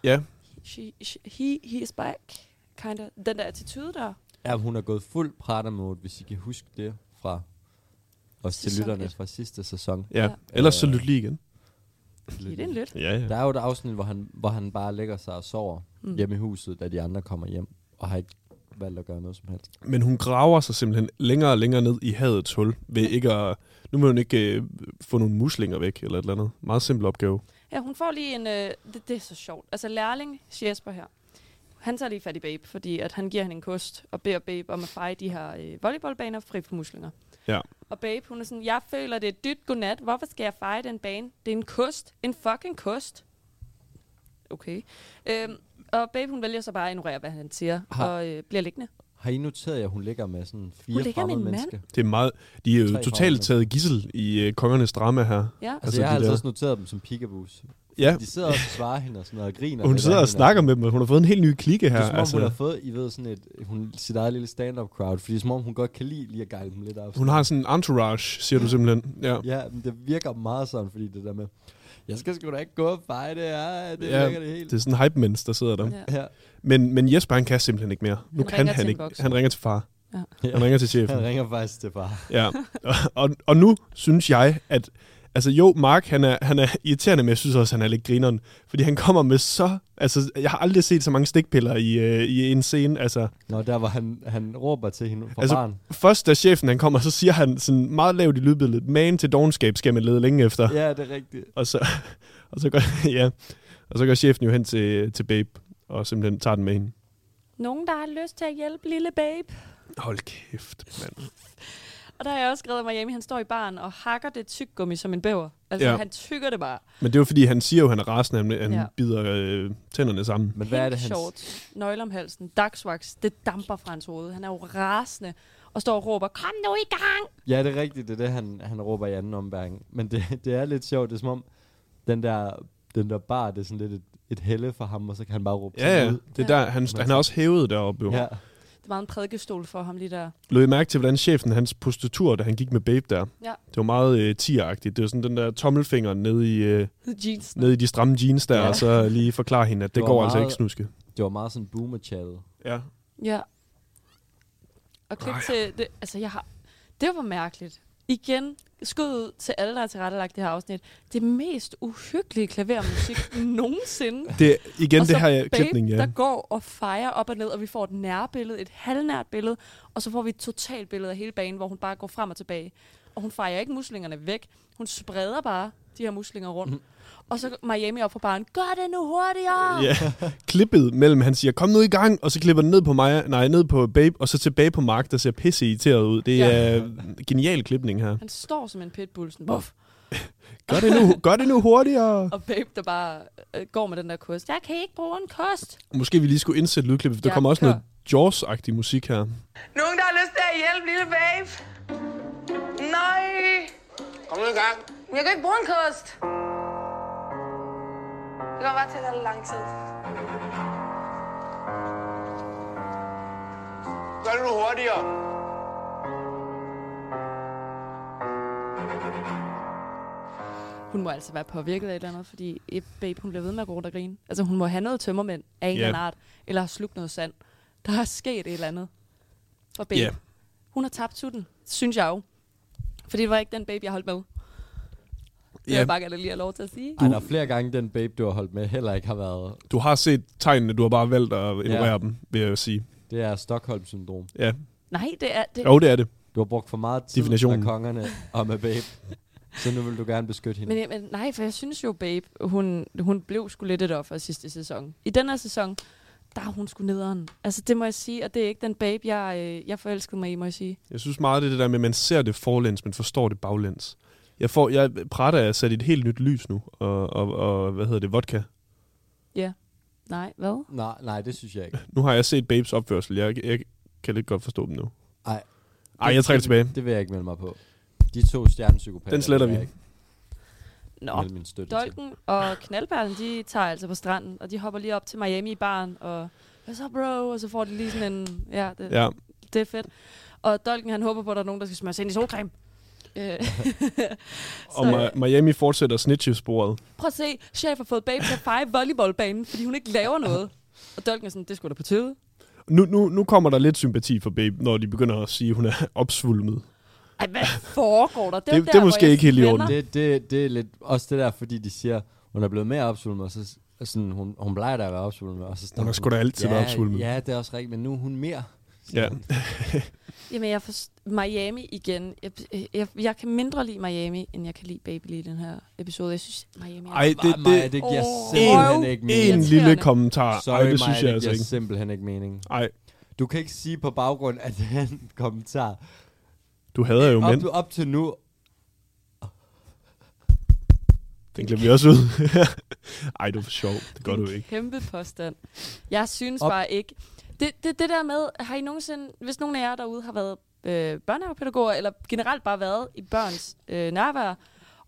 [SPEAKER 2] Ja,
[SPEAKER 3] She, she, he, he is back. Kind of. Den der attitude der.
[SPEAKER 4] Ja, hun er gået fuld pratermode, hvis I kan huske det fra os til
[SPEAKER 3] Sæson
[SPEAKER 4] lytterne
[SPEAKER 3] et.
[SPEAKER 4] fra sidste sæson.
[SPEAKER 2] ja.
[SPEAKER 3] Ja.
[SPEAKER 2] Ellers så
[SPEAKER 4] Øh.
[SPEAKER 2] lyt lige igen.
[SPEAKER 3] Giv det en lidt.
[SPEAKER 2] Ja, ja.
[SPEAKER 4] Der er jo et afsnit, hvor han, hvor han bare lægger sig og sover mm. hjemme i huset, da de andre kommer hjem, og har ikke valgt at gøre noget som helst.
[SPEAKER 2] Men hun graver sig simpelthen længere og længere ned i havets hul, ved ikke at... Nu må hun ikke øh, få nogle muslinger væk, eller et eller andet. Meget simpel opgave.
[SPEAKER 3] Ja, hun får lige en... Øh, det, det er så sjovt. Altså lærling Jesper her. Han tager lige fat i Babe, fordi at han giver hende en kost og beder Babe om at feje de her øh, volleyballbaner fri for muslinger.
[SPEAKER 2] Ja.
[SPEAKER 3] Og Babe, hun er sådan, jeg føler, det er dybt godnat. Hvorfor skal jeg feje den bane? Det er en kost. En fucking kost. Okay. Øhm, og Babe, hun vælger så bare at ignorere, hvad han siger,
[SPEAKER 4] Har-
[SPEAKER 3] og øh, bliver liggende.
[SPEAKER 4] Har I noteret jer, at hun ligger med sådan
[SPEAKER 3] Hun
[SPEAKER 4] fire
[SPEAKER 3] ligger med
[SPEAKER 4] fremmede
[SPEAKER 3] en mand?
[SPEAKER 4] mennesker?
[SPEAKER 2] Det er meget... De er jo
[SPEAKER 4] Tre
[SPEAKER 2] totalt
[SPEAKER 4] farver.
[SPEAKER 2] taget gissel i øh, kongernes drama her.
[SPEAKER 3] Ja.
[SPEAKER 4] Altså,
[SPEAKER 2] Altså,
[SPEAKER 4] jeg har
[SPEAKER 2] de
[SPEAKER 4] altså
[SPEAKER 2] der-
[SPEAKER 4] også noteret dem som peekaboos.
[SPEAKER 2] Ja,
[SPEAKER 4] De sidder også og svarer hende og sådan noget, og griner.
[SPEAKER 2] og hun
[SPEAKER 4] lidt
[SPEAKER 2] sidder
[SPEAKER 4] af
[SPEAKER 2] og
[SPEAKER 4] hende
[SPEAKER 2] snakker
[SPEAKER 4] sådan.
[SPEAKER 2] med dem, og hun har fået en helt ny klikke her.
[SPEAKER 4] Det er som om, altså. hun har
[SPEAKER 2] altså,
[SPEAKER 4] fået, I ved, sådan et, hun, sit eget lille stand-up crowd, fordi det er som om, hun godt kan lide lige at gejle dem lidt op.
[SPEAKER 2] hun har sådan en entourage, siger du simpelthen. Ja.
[SPEAKER 4] Ja, men det virker meget sådan, fordi det der med, jeg skal sgu da ikke gå og feje det her, det
[SPEAKER 2] Ja,
[SPEAKER 4] virker det helt.
[SPEAKER 2] Det er sådan en hype mens der sidder der.
[SPEAKER 3] Ja.
[SPEAKER 4] Ja.
[SPEAKER 2] Men, men Jesper, han kan simpelthen ikke mere. Nu
[SPEAKER 3] Han
[SPEAKER 2] kan
[SPEAKER 3] ringer
[SPEAKER 2] han
[SPEAKER 3] til en
[SPEAKER 2] ikke.
[SPEAKER 3] voksen.
[SPEAKER 2] Han ringer til far.
[SPEAKER 4] Ja.
[SPEAKER 2] Han ringer til chefen.
[SPEAKER 4] Han ringer faktisk til far.
[SPEAKER 2] Ja, og, og, og nu synes jeg, at... Altså jo, Mark, han er, han er irriterende, men jeg synes også, han er lidt grineren. Fordi han kommer med så... Altså, jeg har aldrig set så mange stikpiller i, øh, i en scene. Altså,
[SPEAKER 4] Nå, der var han, han råber til hende fra altså,
[SPEAKER 2] altså
[SPEAKER 4] barn.
[SPEAKER 2] først da chefen han kommer, så siger han sådan meget lavt i lydbilledet, man til dogenskab skal man lede længe efter.
[SPEAKER 4] Ja, det er rigtigt.
[SPEAKER 2] Og, så, og, så går, ja, og så går chefen jo hen til, til Babe og simpelthen tager den med hende.
[SPEAKER 3] Nogen, der har lyst til at hjælpe lille Babe.
[SPEAKER 2] Hold kæft, mand.
[SPEAKER 3] Og der har jeg også skrevet, at Miami han står i baren og hakker det tyggegummi som en bæver. Altså,
[SPEAKER 2] Ja.
[SPEAKER 3] ja. han tykker det bare.
[SPEAKER 2] Men det er jo fordi, han siger jo, han er rasende, han, han
[SPEAKER 3] Ja.
[SPEAKER 2] bider øh, tænderne sammen.
[SPEAKER 4] Men hvad er det, han...
[SPEAKER 3] short, nøgle om halsen, dagsvaks, det damper fra hans hoved. Han er jo rasende og står og råber, kom nu i gang!
[SPEAKER 4] Ja, det er rigtigt, det er det, han, han råber i anden omgang. Men det, det er lidt sjovt, det er som om, den der, den der bar, det er sådan lidt et, et helle for ham, og så kan han bare råbe
[SPEAKER 2] Ja,
[SPEAKER 4] sådan
[SPEAKER 2] ja.
[SPEAKER 4] ud.
[SPEAKER 2] Det er der, han, han er også hævet deroppe. Jo.
[SPEAKER 4] Ja.
[SPEAKER 3] Det var en prædikestol for ham lige der.
[SPEAKER 2] Lød I mærke til, hvordan chefen, hans postur, da han gik med Babe der,
[SPEAKER 3] Ja.
[SPEAKER 2] det var meget øh, tieragtigt. Det var sådan den der tommelfinger nede i, øh,
[SPEAKER 3] Jeans.
[SPEAKER 2] nede i de stramme jeans der,
[SPEAKER 4] Ja.
[SPEAKER 2] ja. og så lige forklare hende, at det,
[SPEAKER 4] Det var
[SPEAKER 2] går altså
[SPEAKER 4] meget-
[SPEAKER 2] ikke snuske.
[SPEAKER 4] Det var meget sådan boomer chattet.
[SPEAKER 2] Ja.
[SPEAKER 3] Ja. Og klip til, det, altså jeg har, det var mærkeligt. Igen, skud ud til alle, der har tilrettelagt det her afsnit. Det mest uhyggelige klavermusik nogensinde.
[SPEAKER 2] Det, igen,
[SPEAKER 3] og
[SPEAKER 2] det
[SPEAKER 3] så
[SPEAKER 2] her ja,
[SPEAKER 3] babe,
[SPEAKER 2] klipning, ja.
[SPEAKER 3] der går og fejrer op og ned, og vi får et nærbillede, et halvnært billede, og så får vi et totalt billede af hele banen, hvor hun bare går frem og tilbage. Og hun fejrer ikke muslingerne væk. Hun spreder bare de her muslinger rundt. Mm.
[SPEAKER 2] Mhm.
[SPEAKER 3] Og så Miami op fra baren. Gør det nu hurtigere!
[SPEAKER 2] Ja. Klippet mellem, han siger, kom nu i gang, og så klipper den ned på mig, nej, ned på Babe, og så tilbage på Mark, der ser pisse irriteret ud. Det
[SPEAKER 3] Ja.
[SPEAKER 2] er øh, genial klipning her.
[SPEAKER 3] Han står som en pitbull, sådan, Buff.
[SPEAKER 2] Gør det nu, gør det nu hurtigere.
[SPEAKER 3] og babe, der bare øh, går med den der kost. Jeg kan ikke bruge en kost.
[SPEAKER 2] Måske vi lige skulle indsætte lydklippet, for der
[SPEAKER 3] Ja,
[SPEAKER 2] kommer også
[SPEAKER 3] kør.
[SPEAKER 2] noget Jaws-agtig musik her.
[SPEAKER 5] Nogen, der har lyst til at hjælpe lille babe? Nej,
[SPEAKER 6] Kom nu i gang.
[SPEAKER 5] jeg kan ikke bruge en kost. Det kan bare tage lidt lang tid.
[SPEAKER 6] Gør det nu hurtigere.
[SPEAKER 3] Hun må altså være påvirket af et eller andet, fordi eh, babe, hun bliver ved med at gå rundt og grine. Altså, hun må have noget tømmermænd af en
[SPEAKER 2] Ja.
[SPEAKER 3] eller anden art, eller har slugt noget sand. Der er sket et eller andet for baby.
[SPEAKER 2] Ja.
[SPEAKER 3] Yeah. Hun har tabt sutten, synes jeg jo. Fordi det var ikke den baby, jeg holdt med. Det
[SPEAKER 2] Ja,
[SPEAKER 3] vil
[SPEAKER 2] Ah.
[SPEAKER 3] jeg bare gerne lige have lov til at sige.
[SPEAKER 4] Ej, der er flere gange, den babe, du har holdt med, heller ikke har været.
[SPEAKER 2] du har set tegnene, du har bare valgt at ignorere
[SPEAKER 4] Ja.
[SPEAKER 2] dem, vil jeg jo sige.
[SPEAKER 4] Det er Stockholm-syndrom.
[SPEAKER 2] Ja.
[SPEAKER 3] Nej, det er... Det,
[SPEAKER 2] Jo, det er det.
[SPEAKER 4] Du har brugt for meget tid
[SPEAKER 2] Definitionen.
[SPEAKER 4] med kongerne og med babe. Så nu vil du gerne beskytte hende.
[SPEAKER 3] Men, jeg- men nej, for jeg synes jo, babe, hun, hun blev sgu lidt et offer sidste sæson. I den her sæson, der er hun sgu nederen. Altså, det må jeg sige, og det er ikke den babe, jeg, øh, jeg forelskede mig i, må jeg sige.
[SPEAKER 2] Jeg synes meget, det er det der med, at man ser det forlæns, men forstår det baglæns. Jeg, får, jeg prætter er sat i et helt nyt lys nu, og, og, og hvad hedder det, vodka.
[SPEAKER 3] Nej, hvad?
[SPEAKER 4] Nej, nej, det synes jeg ikke.
[SPEAKER 2] Nu har jeg set Babes opførsel, jeg, jeg kan lidt godt forstå dem nu.
[SPEAKER 4] Ej.
[SPEAKER 2] Ej, jeg trækker tilbage.
[SPEAKER 4] Det vil jeg ikke melde mig på. De to stjernepsykopater.
[SPEAKER 2] Den sletter
[SPEAKER 4] vil jeg
[SPEAKER 2] vi.
[SPEAKER 4] ikke
[SPEAKER 3] Nå,
[SPEAKER 4] melde min støtte til.
[SPEAKER 3] Dolken og knaldperlen, de tager altså på stranden, og de hopper lige op til Miami i baren, og hvad så, bro? Og så får de lige sådan en... Ja, det, ja.
[SPEAKER 2] Ja,
[SPEAKER 3] det er fedt. Og Dolken, han håber på, at der er nogen, der skal smøre sig ind i solcreme. Øh,
[SPEAKER 2] og
[SPEAKER 3] Så-
[SPEAKER 2] Ma- Miami fortsætter snitchesporet.
[SPEAKER 3] prøv at se, chef har fået babe til at feje volleyballbanen, fordi hun ikke laver noget. Og Dolken er sådan, det skulle da på tide.
[SPEAKER 2] Nu, nu, nu kommer der lidt sympati for Babe, når de begynder at sige, at hun er opsvulmet.
[SPEAKER 3] Ej, hvad foregår der?
[SPEAKER 2] Det-
[SPEAKER 3] jo
[SPEAKER 2] det er
[SPEAKER 3] hvor
[SPEAKER 2] måske
[SPEAKER 3] jeg
[SPEAKER 2] ikke helt i orden.
[SPEAKER 3] vender.
[SPEAKER 4] Det, det, det er lidt også det der, fordi de siger, hun er blevet mere opsvulmet, og så s- og sådan, hun, hun plejer da at være opsvulmet. Og så står
[SPEAKER 2] Hun har sgu da altid
[SPEAKER 4] ja,
[SPEAKER 2] været opsvulmet.
[SPEAKER 4] Ja, det er også rigtigt, men nu er hun mere.
[SPEAKER 2] Ja.
[SPEAKER 3] Jamen, jeg forst- Miami igen. Jeg, jeg, jeg, kan mindre lide Miami, end jeg kan lide Baby lige i den her episode. Jeg synes, Miami er...
[SPEAKER 2] Ej, det,
[SPEAKER 4] Det,
[SPEAKER 2] det,
[SPEAKER 4] Maja, det giver
[SPEAKER 3] Åh.
[SPEAKER 4] simpelthen ikke
[SPEAKER 2] en
[SPEAKER 4] mening.
[SPEAKER 2] lille
[SPEAKER 3] irriterende.
[SPEAKER 2] kommentar.
[SPEAKER 4] Sorry,
[SPEAKER 2] Ej, det
[SPEAKER 4] Maja,
[SPEAKER 2] synes jeg
[SPEAKER 4] det
[SPEAKER 2] altså
[SPEAKER 4] giver
[SPEAKER 2] ikke.
[SPEAKER 4] simpelthen ikke mening.
[SPEAKER 2] Ej,
[SPEAKER 4] Du kan ikke sige på baggrund af den kommentar.
[SPEAKER 2] du hader jo
[SPEAKER 4] Op,
[SPEAKER 2] mænd.
[SPEAKER 4] op til nu,
[SPEAKER 2] Den glemmer vi også ud. Ej, du er for sjov. Det gør
[SPEAKER 3] en
[SPEAKER 2] du ikke.
[SPEAKER 3] Kæmpe påstand. Jeg synes
[SPEAKER 4] Op.
[SPEAKER 3] Op. bare ikke... Det, det, det der med, har I nogensinde... Hvis nogen af jer derude har været øh, børnehavepædagoger, eller generelt bare været i børns øh, nærvær,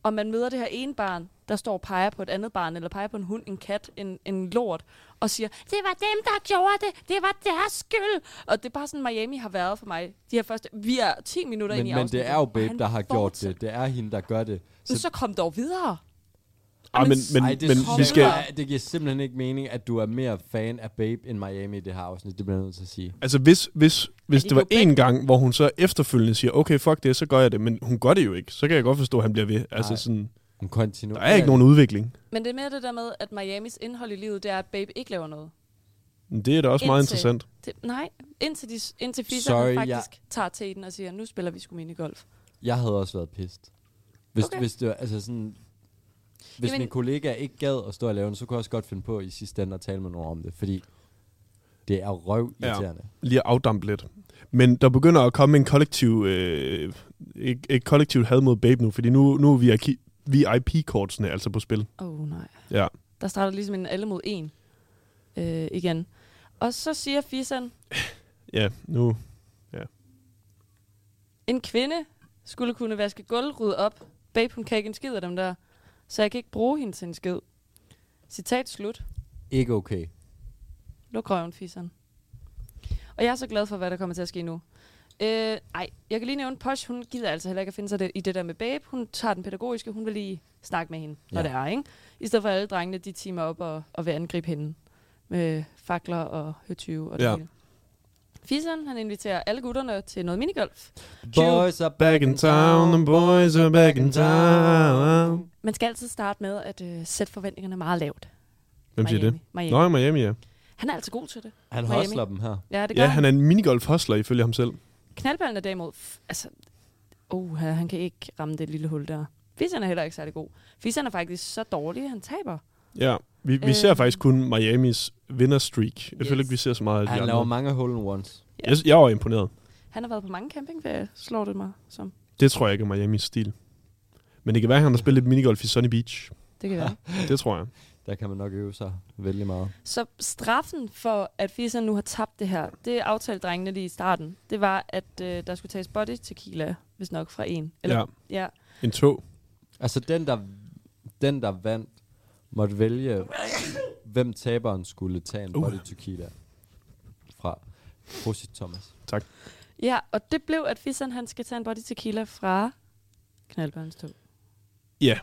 [SPEAKER 3] og man møder det her ene barn, der står og peger på et andet barn, eller peger på en hund, en kat, en, en lort, og siger, det var dem, der gjorde det, det var deres skyld. Og det er bare sådan, Miami har været for mig. De her første, vi er 10 minutter ind i
[SPEAKER 4] men, men
[SPEAKER 3] afsnittet,
[SPEAKER 4] det er jo
[SPEAKER 3] og
[SPEAKER 4] Babe,
[SPEAKER 3] han
[SPEAKER 4] der har gjort
[SPEAKER 3] fortsætter.
[SPEAKER 4] det. Det er hende, der gør det.
[SPEAKER 3] Men så kom dog videre.
[SPEAKER 2] Ej, men, men,
[SPEAKER 4] Ej, det,
[SPEAKER 2] men
[SPEAKER 4] synes
[SPEAKER 2] vi
[SPEAKER 4] jeg-
[SPEAKER 2] skal...
[SPEAKER 4] Ej, det giver simpelthen ikke mening, at du er mere fan af Babe end Miami i det her afsnit. Det bliver jeg nødt til at sige.
[SPEAKER 2] Altså, hvis, hvis, hvis
[SPEAKER 3] de
[SPEAKER 2] det var
[SPEAKER 3] gode
[SPEAKER 2] en gang, hvor hun så efterfølgende siger, okay, fuck det, så gør jeg det, men hun gør det jo ikke, så kan jeg godt forstå, at han bliver ved. Altså,
[SPEAKER 4] Nej.
[SPEAKER 2] sådan,
[SPEAKER 4] Hun continuerer.
[SPEAKER 2] der er ikke nogen udvikling.
[SPEAKER 3] Men det er mere det der med, at Miamis indhold i livet, det er, at Babe ikke laver noget.
[SPEAKER 2] Men Det er da også meget
[SPEAKER 3] Indtil-
[SPEAKER 2] interessant.
[SPEAKER 3] Det, nej, indtil, de, indtil
[SPEAKER 4] Sorry,
[SPEAKER 3] fisserne faktisk
[SPEAKER 4] jeg-
[SPEAKER 3] jeg... tager til den og siger, nu spiller vi sgu minigolf.
[SPEAKER 4] Jeg havde også været pissed. Hvis, okay.
[SPEAKER 3] Okay.
[SPEAKER 4] hvis, det var, altså sådan, hvis Jamen,
[SPEAKER 3] Jamen-
[SPEAKER 4] min kollega ikke gad at stå og lave den, så kunne jeg også godt finde på i sidste ende at tale med nogen om det, fordi det er røv irriterende. Ja.
[SPEAKER 2] Lige at afdampe lidt. Men der begynder at komme en kollektiv, øh, et, et kollektivt had mod Babe nu, fordi nu, nu er vi VIP-kortsene altså på spil.
[SPEAKER 3] Åh oh, nej.
[SPEAKER 2] Ja.
[SPEAKER 3] Der starter ligesom en alle mod en øh, igen. Og så siger fisseren,
[SPEAKER 2] Ja, nu...
[SPEAKER 3] en kvinde skulle kunne vaske gulvrud op. Babe, hun kan ikke en skid af dem der, så jeg kan ikke bruge hende til en skid. Citat slut.
[SPEAKER 4] Ikke okay.
[SPEAKER 3] Luk røven, fisseren. Og jeg er så glad for, hvad der kommer til at ske nu. Øh, ej, jeg kan lige nævne, Posh, hun gider altså heller ikke at finde sig det, i det der med babe. Hun tager den pædagogiske, hun vil lige snakke med hende, når
[SPEAKER 4] Ja.
[SPEAKER 3] det er, ikke? I stedet for at alle drengene, de timer op og, og vil angribe hende med fakler og høtyve og det
[SPEAKER 2] Ja.
[SPEAKER 3] ja. hele. Fisseren, han inviterer alle gutterne til noget minigolf.
[SPEAKER 4] Boys are
[SPEAKER 2] Back in town, the boys are back in town.
[SPEAKER 3] Man skal altid starte med at øh, sætte forventningerne meget lavt.
[SPEAKER 2] Hvem siger det?
[SPEAKER 3] Miami.
[SPEAKER 2] Nå, i Miami, ja.
[SPEAKER 3] Han er altså god til det.
[SPEAKER 4] Han
[SPEAKER 3] Miami.
[SPEAKER 4] hostler dem her.
[SPEAKER 3] Ja, det gør
[SPEAKER 2] Ja, han er en minigolf-hostler ifølge ham selv.
[SPEAKER 3] Knaldballen er derimod... F- altså, oh, han kan ikke ramme det lille hul der. Fisan er heller ikke særlig god. Fisan er faktisk så dårlig, at han taber.
[SPEAKER 2] Ja, vi, vi
[SPEAKER 3] Øh.
[SPEAKER 2] ser faktisk kun Miamis vinderstreak. Jeg yes.
[SPEAKER 3] Yes.
[SPEAKER 2] føler ikke, vi ser så meget af de
[SPEAKER 4] Han laver
[SPEAKER 2] andre.
[SPEAKER 4] mange hole in ones.
[SPEAKER 2] Jeg, jeg var imponeret.
[SPEAKER 3] Han har været på mange campingferier, slår det mig som.
[SPEAKER 2] Det tror jeg ikke er Miamis stil. Men det kan være, at han har spillet lidt minigolf i Sunny Beach.
[SPEAKER 3] Det kan være.
[SPEAKER 2] Det tror jeg.
[SPEAKER 4] Der kan man nok øve sig vældig meget.
[SPEAKER 3] så straffen for, at Fisan nu har tabt det her, det aftalte drengene lige i starten, det var, at øh, der skulle tages body tequila, hvis nok fra en.
[SPEAKER 2] Ja.
[SPEAKER 3] ja.
[SPEAKER 2] En tog.
[SPEAKER 4] Altså den der, den, der vandt, måtte vælge, hvem taberen skulle tage en
[SPEAKER 2] Uh.
[SPEAKER 4] uh. body tequila fra. Prosit, Thomas.
[SPEAKER 3] ja, og det blev, at Fisan han skal tage en body tequila fra knaldbørnens tog.
[SPEAKER 2] Ja.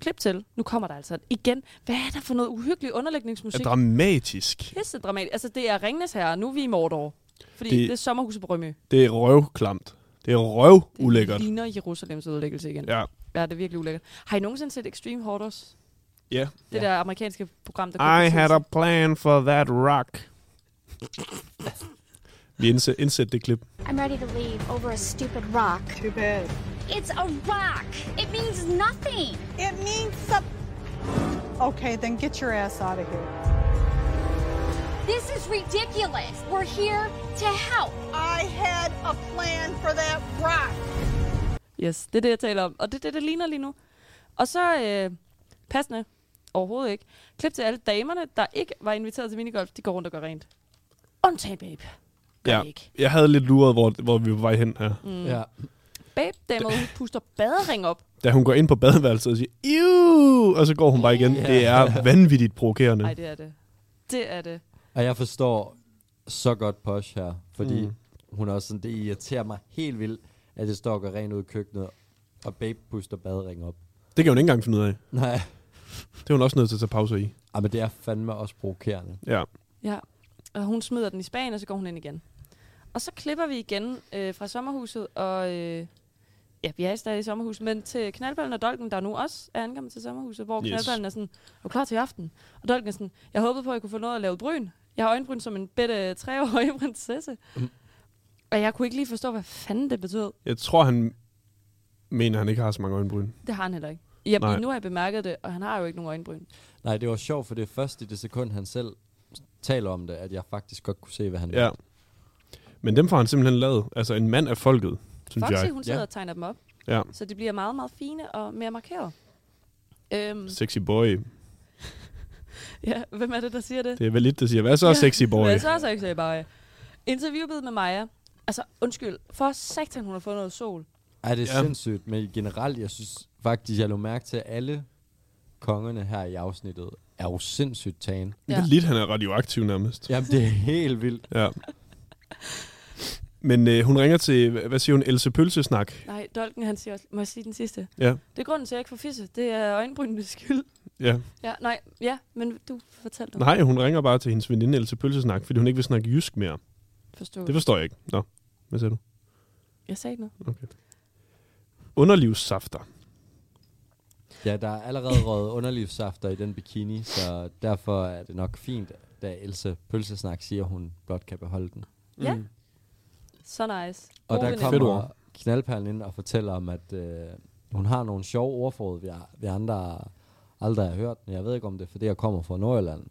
[SPEAKER 3] klip til. Nu kommer der altså igen. Hvad er der for noget uhyggelig
[SPEAKER 2] Er
[SPEAKER 3] underlægningsmusik?
[SPEAKER 2] dramatisk.
[SPEAKER 3] Pisse dramatisk. Altså, det er Ringnes her, og nu er vi i Mordor. Fordi
[SPEAKER 2] Det-
[SPEAKER 3] det, det er sommerhuset på Rømø.
[SPEAKER 2] Det er røvklamt. Det er røvulækkert.
[SPEAKER 3] Det ligner Jerusalems ødelæggelse igen. Ja.
[SPEAKER 2] Ja.
[SPEAKER 3] ja. det er virkelig ulækkert. Har I nogensinde set Extreme Hoarders?
[SPEAKER 2] Ja.
[SPEAKER 3] Det der amerikanske program, der
[SPEAKER 2] I
[SPEAKER 3] på
[SPEAKER 2] had
[SPEAKER 3] tid-
[SPEAKER 2] a plan for that rock. Vi indsæt, indsæt det klip.
[SPEAKER 8] I'm ready to leave over a stupid rock.
[SPEAKER 9] Too bad.
[SPEAKER 8] It's a rock. It means nothing.
[SPEAKER 9] It means some. Okay, then get your ass out of here.
[SPEAKER 8] This is ridiculous. We're here to help.
[SPEAKER 9] I had a plan for that rock.
[SPEAKER 3] Yes, det er det, jeg taler om. Og det er det, det ligner lige nu. Og så, øh, passende, overhovedet ikke. Klip til alle damerne, der ikke var inviteret til minigolf, de går rundt og gør rent. Undtagen babe. Gør
[SPEAKER 2] Ja.
[SPEAKER 3] det ikke.
[SPEAKER 2] Jeg havde lidt luret, hvor, hvor vi var på vej hen her. Mm.
[SPEAKER 4] Ja.
[SPEAKER 3] Babe, derimod, hun puster badering op.
[SPEAKER 2] Da hun går ind på badeværelset og siger, Iu! og så går hun bare igen. Yeah. Det er vanvittigt provokerende.
[SPEAKER 3] Nej, det er det. Det er det.
[SPEAKER 4] Og jeg forstår så godt Posh her, fordi mm. hun er også sådan, det irriterer mig helt vildt, at det står og går rent ud i køkkenet, og babe puster badering op.
[SPEAKER 2] Det kan hun ikke engang finde ud af.
[SPEAKER 4] Nej.
[SPEAKER 2] Det er hun også nødt til at tage pauser i.
[SPEAKER 4] Ej, men det er fandme også provokerende.
[SPEAKER 2] Ja.
[SPEAKER 3] Ja, og hun smider den i Spanien, og så går hun ind igen. Og så klipper vi igen øh, fra sommerhuset, og øh, ja, vi er stadig i sommerhuset, men til knaldballen og dolken, der nu også er ankommet til sommerhuset, hvor
[SPEAKER 2] Yes.
[SPEAKER 3] yes. knaldballen er sådan, er du klar til i aften? Og dolken er sådan, jeg håbede på, at jeg kunne få noget at lave bryn. Jeg har øjenbryn som en bitte treårig prinsesse. Mm. Og jeg kunne ikke lige forstå, hvad fanden det betød.
[SPEAKER 2] Jeg tror, han mener, han ikke har så mange øjenbryn.
[SPEAKER 3] Det har han heller ikke. Jeg,
[SPEAKER 2] Nej.
[SPEAKER 3] nu har jeg bemærket det, og han har jo ikke nogen øjenbryn.
[SPEAKER 4] Nej, det var sjovt, for det er først i det sekund, han selv taler om det, at jeg faktisk godt kunne se, hvad han
[SPEAKER 2] Ja. Men dem får han simpelthen lavet. Altså en mand af folket, synes
[SPEAKER 3] Foxy,
[SPEAKER 2] jeg.
[SPEAKER 3] hun sidder
[SPEAKER 4] Ja.
[SPEAKER 3] og tegner dem op,
[SPEAKER 2] Ja.
[SPEAKER 3] så de bliver meget, meget fine og mere markeret. Øhm,
[SPEAKER 2] Sexy boy.
[SPEAKER 3] Ja, hvem er det, der siger det?
[SPEAKER 2] Det er vel lidt, der siger, hvad så ja. sexy boy?
[SPEAKER 3] Hvad så sexy boy? Interviewet med Maja. Altså, undskyld. For satan, hun har fået noget sol.
[SPEAKER 4] Ej, det er
[SPEAKER 2] Ja.
[SPEAKER 4] ja. sindssygt, men generelt, jeg synes faktisk, jeg lå mærke til, at alle kongerne her i afsnittet er jo sindssygt tan.
[SPEAKER 2] Ja.
[SPEAKER 3] Ja.
[SPEAKER 2] Lidt, han er radioaktiv nærmest.
[SPEAKER 4] Jamen, det er helt vildt.
[SPEAKER 2] Ja. Men øh, hun ringer til, hva- hvad siger hun, Else Pølsesnak.
[SPEAKER 3] Nej, Dolken, han siger også... Må jeg sige den sidste?
[SPEAKER 2] Ja,
[SPEAKER 3] Det er grunden til, at jeg ikke får fisse. Det er øjenbrynenes skyld.
[SPEAKER 2] ja.
[SPEAKER 3] Ja, nej, ja, men du fortalte mig.
[SPEAKER 2] Nej, hun ringer bare til hendes veninde Else Pølsesnak, fordi hun ikke vil snakke jysk mere.
[SPEAKER 3] Forstå.
[SPEAKER 2] Det forstår jeg ikke. Nå, hvad siger du?
[SPEAKER 3] Jeg sagde noget.
[SPEAKER 2] Underlivssafter.
[SPEAKER 4] Ja, der er allerede røget underlivssafter i den bikini, så derfor er det nok fint, da Else Pølsesnak siger, at hun blot kan beholde den.
[SPEAKER 3] Ja. Så nice.
[SPEAKER 4] Og
[SPEAKER 3] Gode
[SPEAKER 4] der
[SPEAKER 3] veninde.
[SPEAKER 2] Fedt
[SPEAKER 4] kommer
[SPEAKER 2] ord.
[SPEAKER 4] knaldperlen ind og fortæller om, at øh, hun har nogle sjove ordforråd, vi, har, vi andre aldrig har hørt. Men jeg ved ikke, om det er, fordi jeg kommer fra Nordjylland.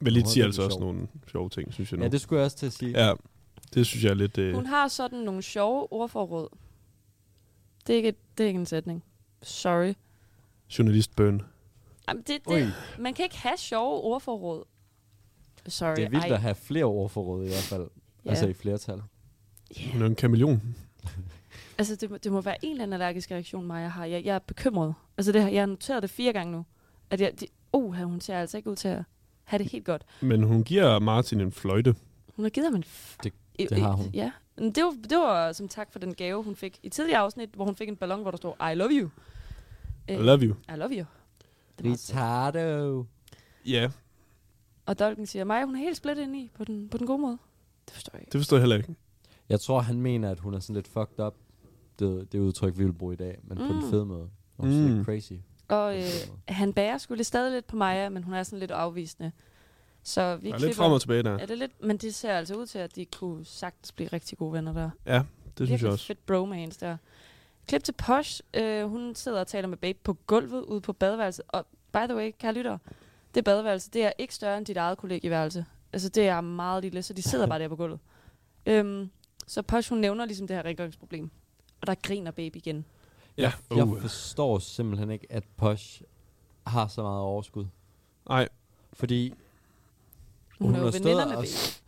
[SPEAKER 2] Vel lidt
[SPEAKER 4] Nå,
[SPEAKER 2] siger
[SPEAKER 4] det
[SPEAKER 2] altså
[SPEAKER 4] er
[SPEAKER 2] også
[SPEAKER 4] sjovt.
[SPEAKER 2] nogle sjove ting, synes jeg nu.
[SPEAKER 4] Ja, det skulle jeg også til at sige.
[SPEAKER 2] ja, det synes jeg er lidt... Øh,
[SPEAKER 3] Hun har sådan nogle sjove ordforråd. Det er ikke, et, det er ikke en sætning. Sorry.
[SPEAKER 2] journalistbøn.
[SPEAKER 3] Jamen, det,
[SPEAKER 4] Ui.
[SPEAKER 3] det, man kan ikke have sjove ordforråd. Sorry.
[SPEAKER 4] Det er vildt
[SPEAKER 3] ej.
[SPEAKER 4] at have flere ordforråd i hvert fald.
[SPEAKER 3] Ja.
[SPEAKER 4] Ja. Altså i flertal.
[SPEAKER 2] Hun er en kameleon.
[SPEAKER 3] Altså, det, må- det må være en eller anden allergisk reaktion, Maja har. Jeg, jeg er bekymret. Altså, det, har- jeg har noteret det fire gange nu. At jeg, det, uh, hun ser altså ikke ud til at have det helt godt.
[SPEAKER 2] Men hun giver Martin en fløjte.
[SPEAKER 3] Hun har givet ham en... F-
[SPEAKER 4] Det-
[SPEAKER 3] i-
[SPEAKER 4] det
[SPEAKER 3] i-
[SPEAKER 4] har hun.
[SPEAKER 3] Ja. Men det, var, det var som tak for den gave, hun fik i tidligere afsnit, hvor hun fik en ballon, hvor der stod, I love you.
[SPEAKER 2] I
[SPEAKER 3] Øh,
[SPEAKER 2] love you.
[SPEAKER 3] I love you. Det er meget sødt.
[SPEAKER 4] Ritardo.
[SPEAKER 2] Ja,
[SPEAKER 3] og Dolken siger, Maja, hun er helt splittet ind i på den, på den gode måde. Det forstår jeg ikke.
[SPEAKER 2] det forstår jeg heller ikke.
[SPEAKER 4] Jeg tror, han mener, at hun er sådan lidt fucked up. Det, det udtryk, vi vil bruge i dag, men mm. på den fede måde. Hun er
[SPEAKER 2] Mm.
[SPEAKER 4] mm. crazy.
[SPEAKER 3] Og øh, han bærer skulle stadig lidt på Maja, men hun er sådan lidt afvisende. Så vi
[SPEAKER 2] Der er lidt
[SPEAKER 3] klipper-
[SPEAKER 2] frem og tilbage der.
[SPEAKER 3] Er det lidt, men det ser altså ud til, at de kunne sagtens blive rigtig gode venner der.
[SPEAKER 2] Ja, det synes
[SPEAKER 3] Virkelig
[SPEAKER 2] jeg også.
[SPEAKER 3] fedt bromance der. Klip til Posh. Øh, hun sidder og taler med Babe på gulvet ude på badeværelset. Og by the way, kære lytter, det badeværelse, det er ikke større end dit eget kollegieværelse. Altså, det er meget lille, så de sidder bare der på gulvet. Øhm, så Posh, hun nævner ligesom det her rengøringsproblem. Og der griner Babe igen.
[SPEAKER 2] Ja,
[SPEAKER 4] Uh. Jeg
[SPEAKER 2] uh.
[SPEAKER 4] forstår simpelthen ikke, at Posh har så meget overskud.
[SPEAKER 2] Ej,
[SPEAKER 4] Fordi
[SPEAKER 3] Hun,
[SPEAKER 4] Hun
[SPEAKER 3] er jo
[SPEAKER 4] har stået
[SPEAKER 3] veninder med
[SPEAKER 4] og
[SPEAKER 3] Babe.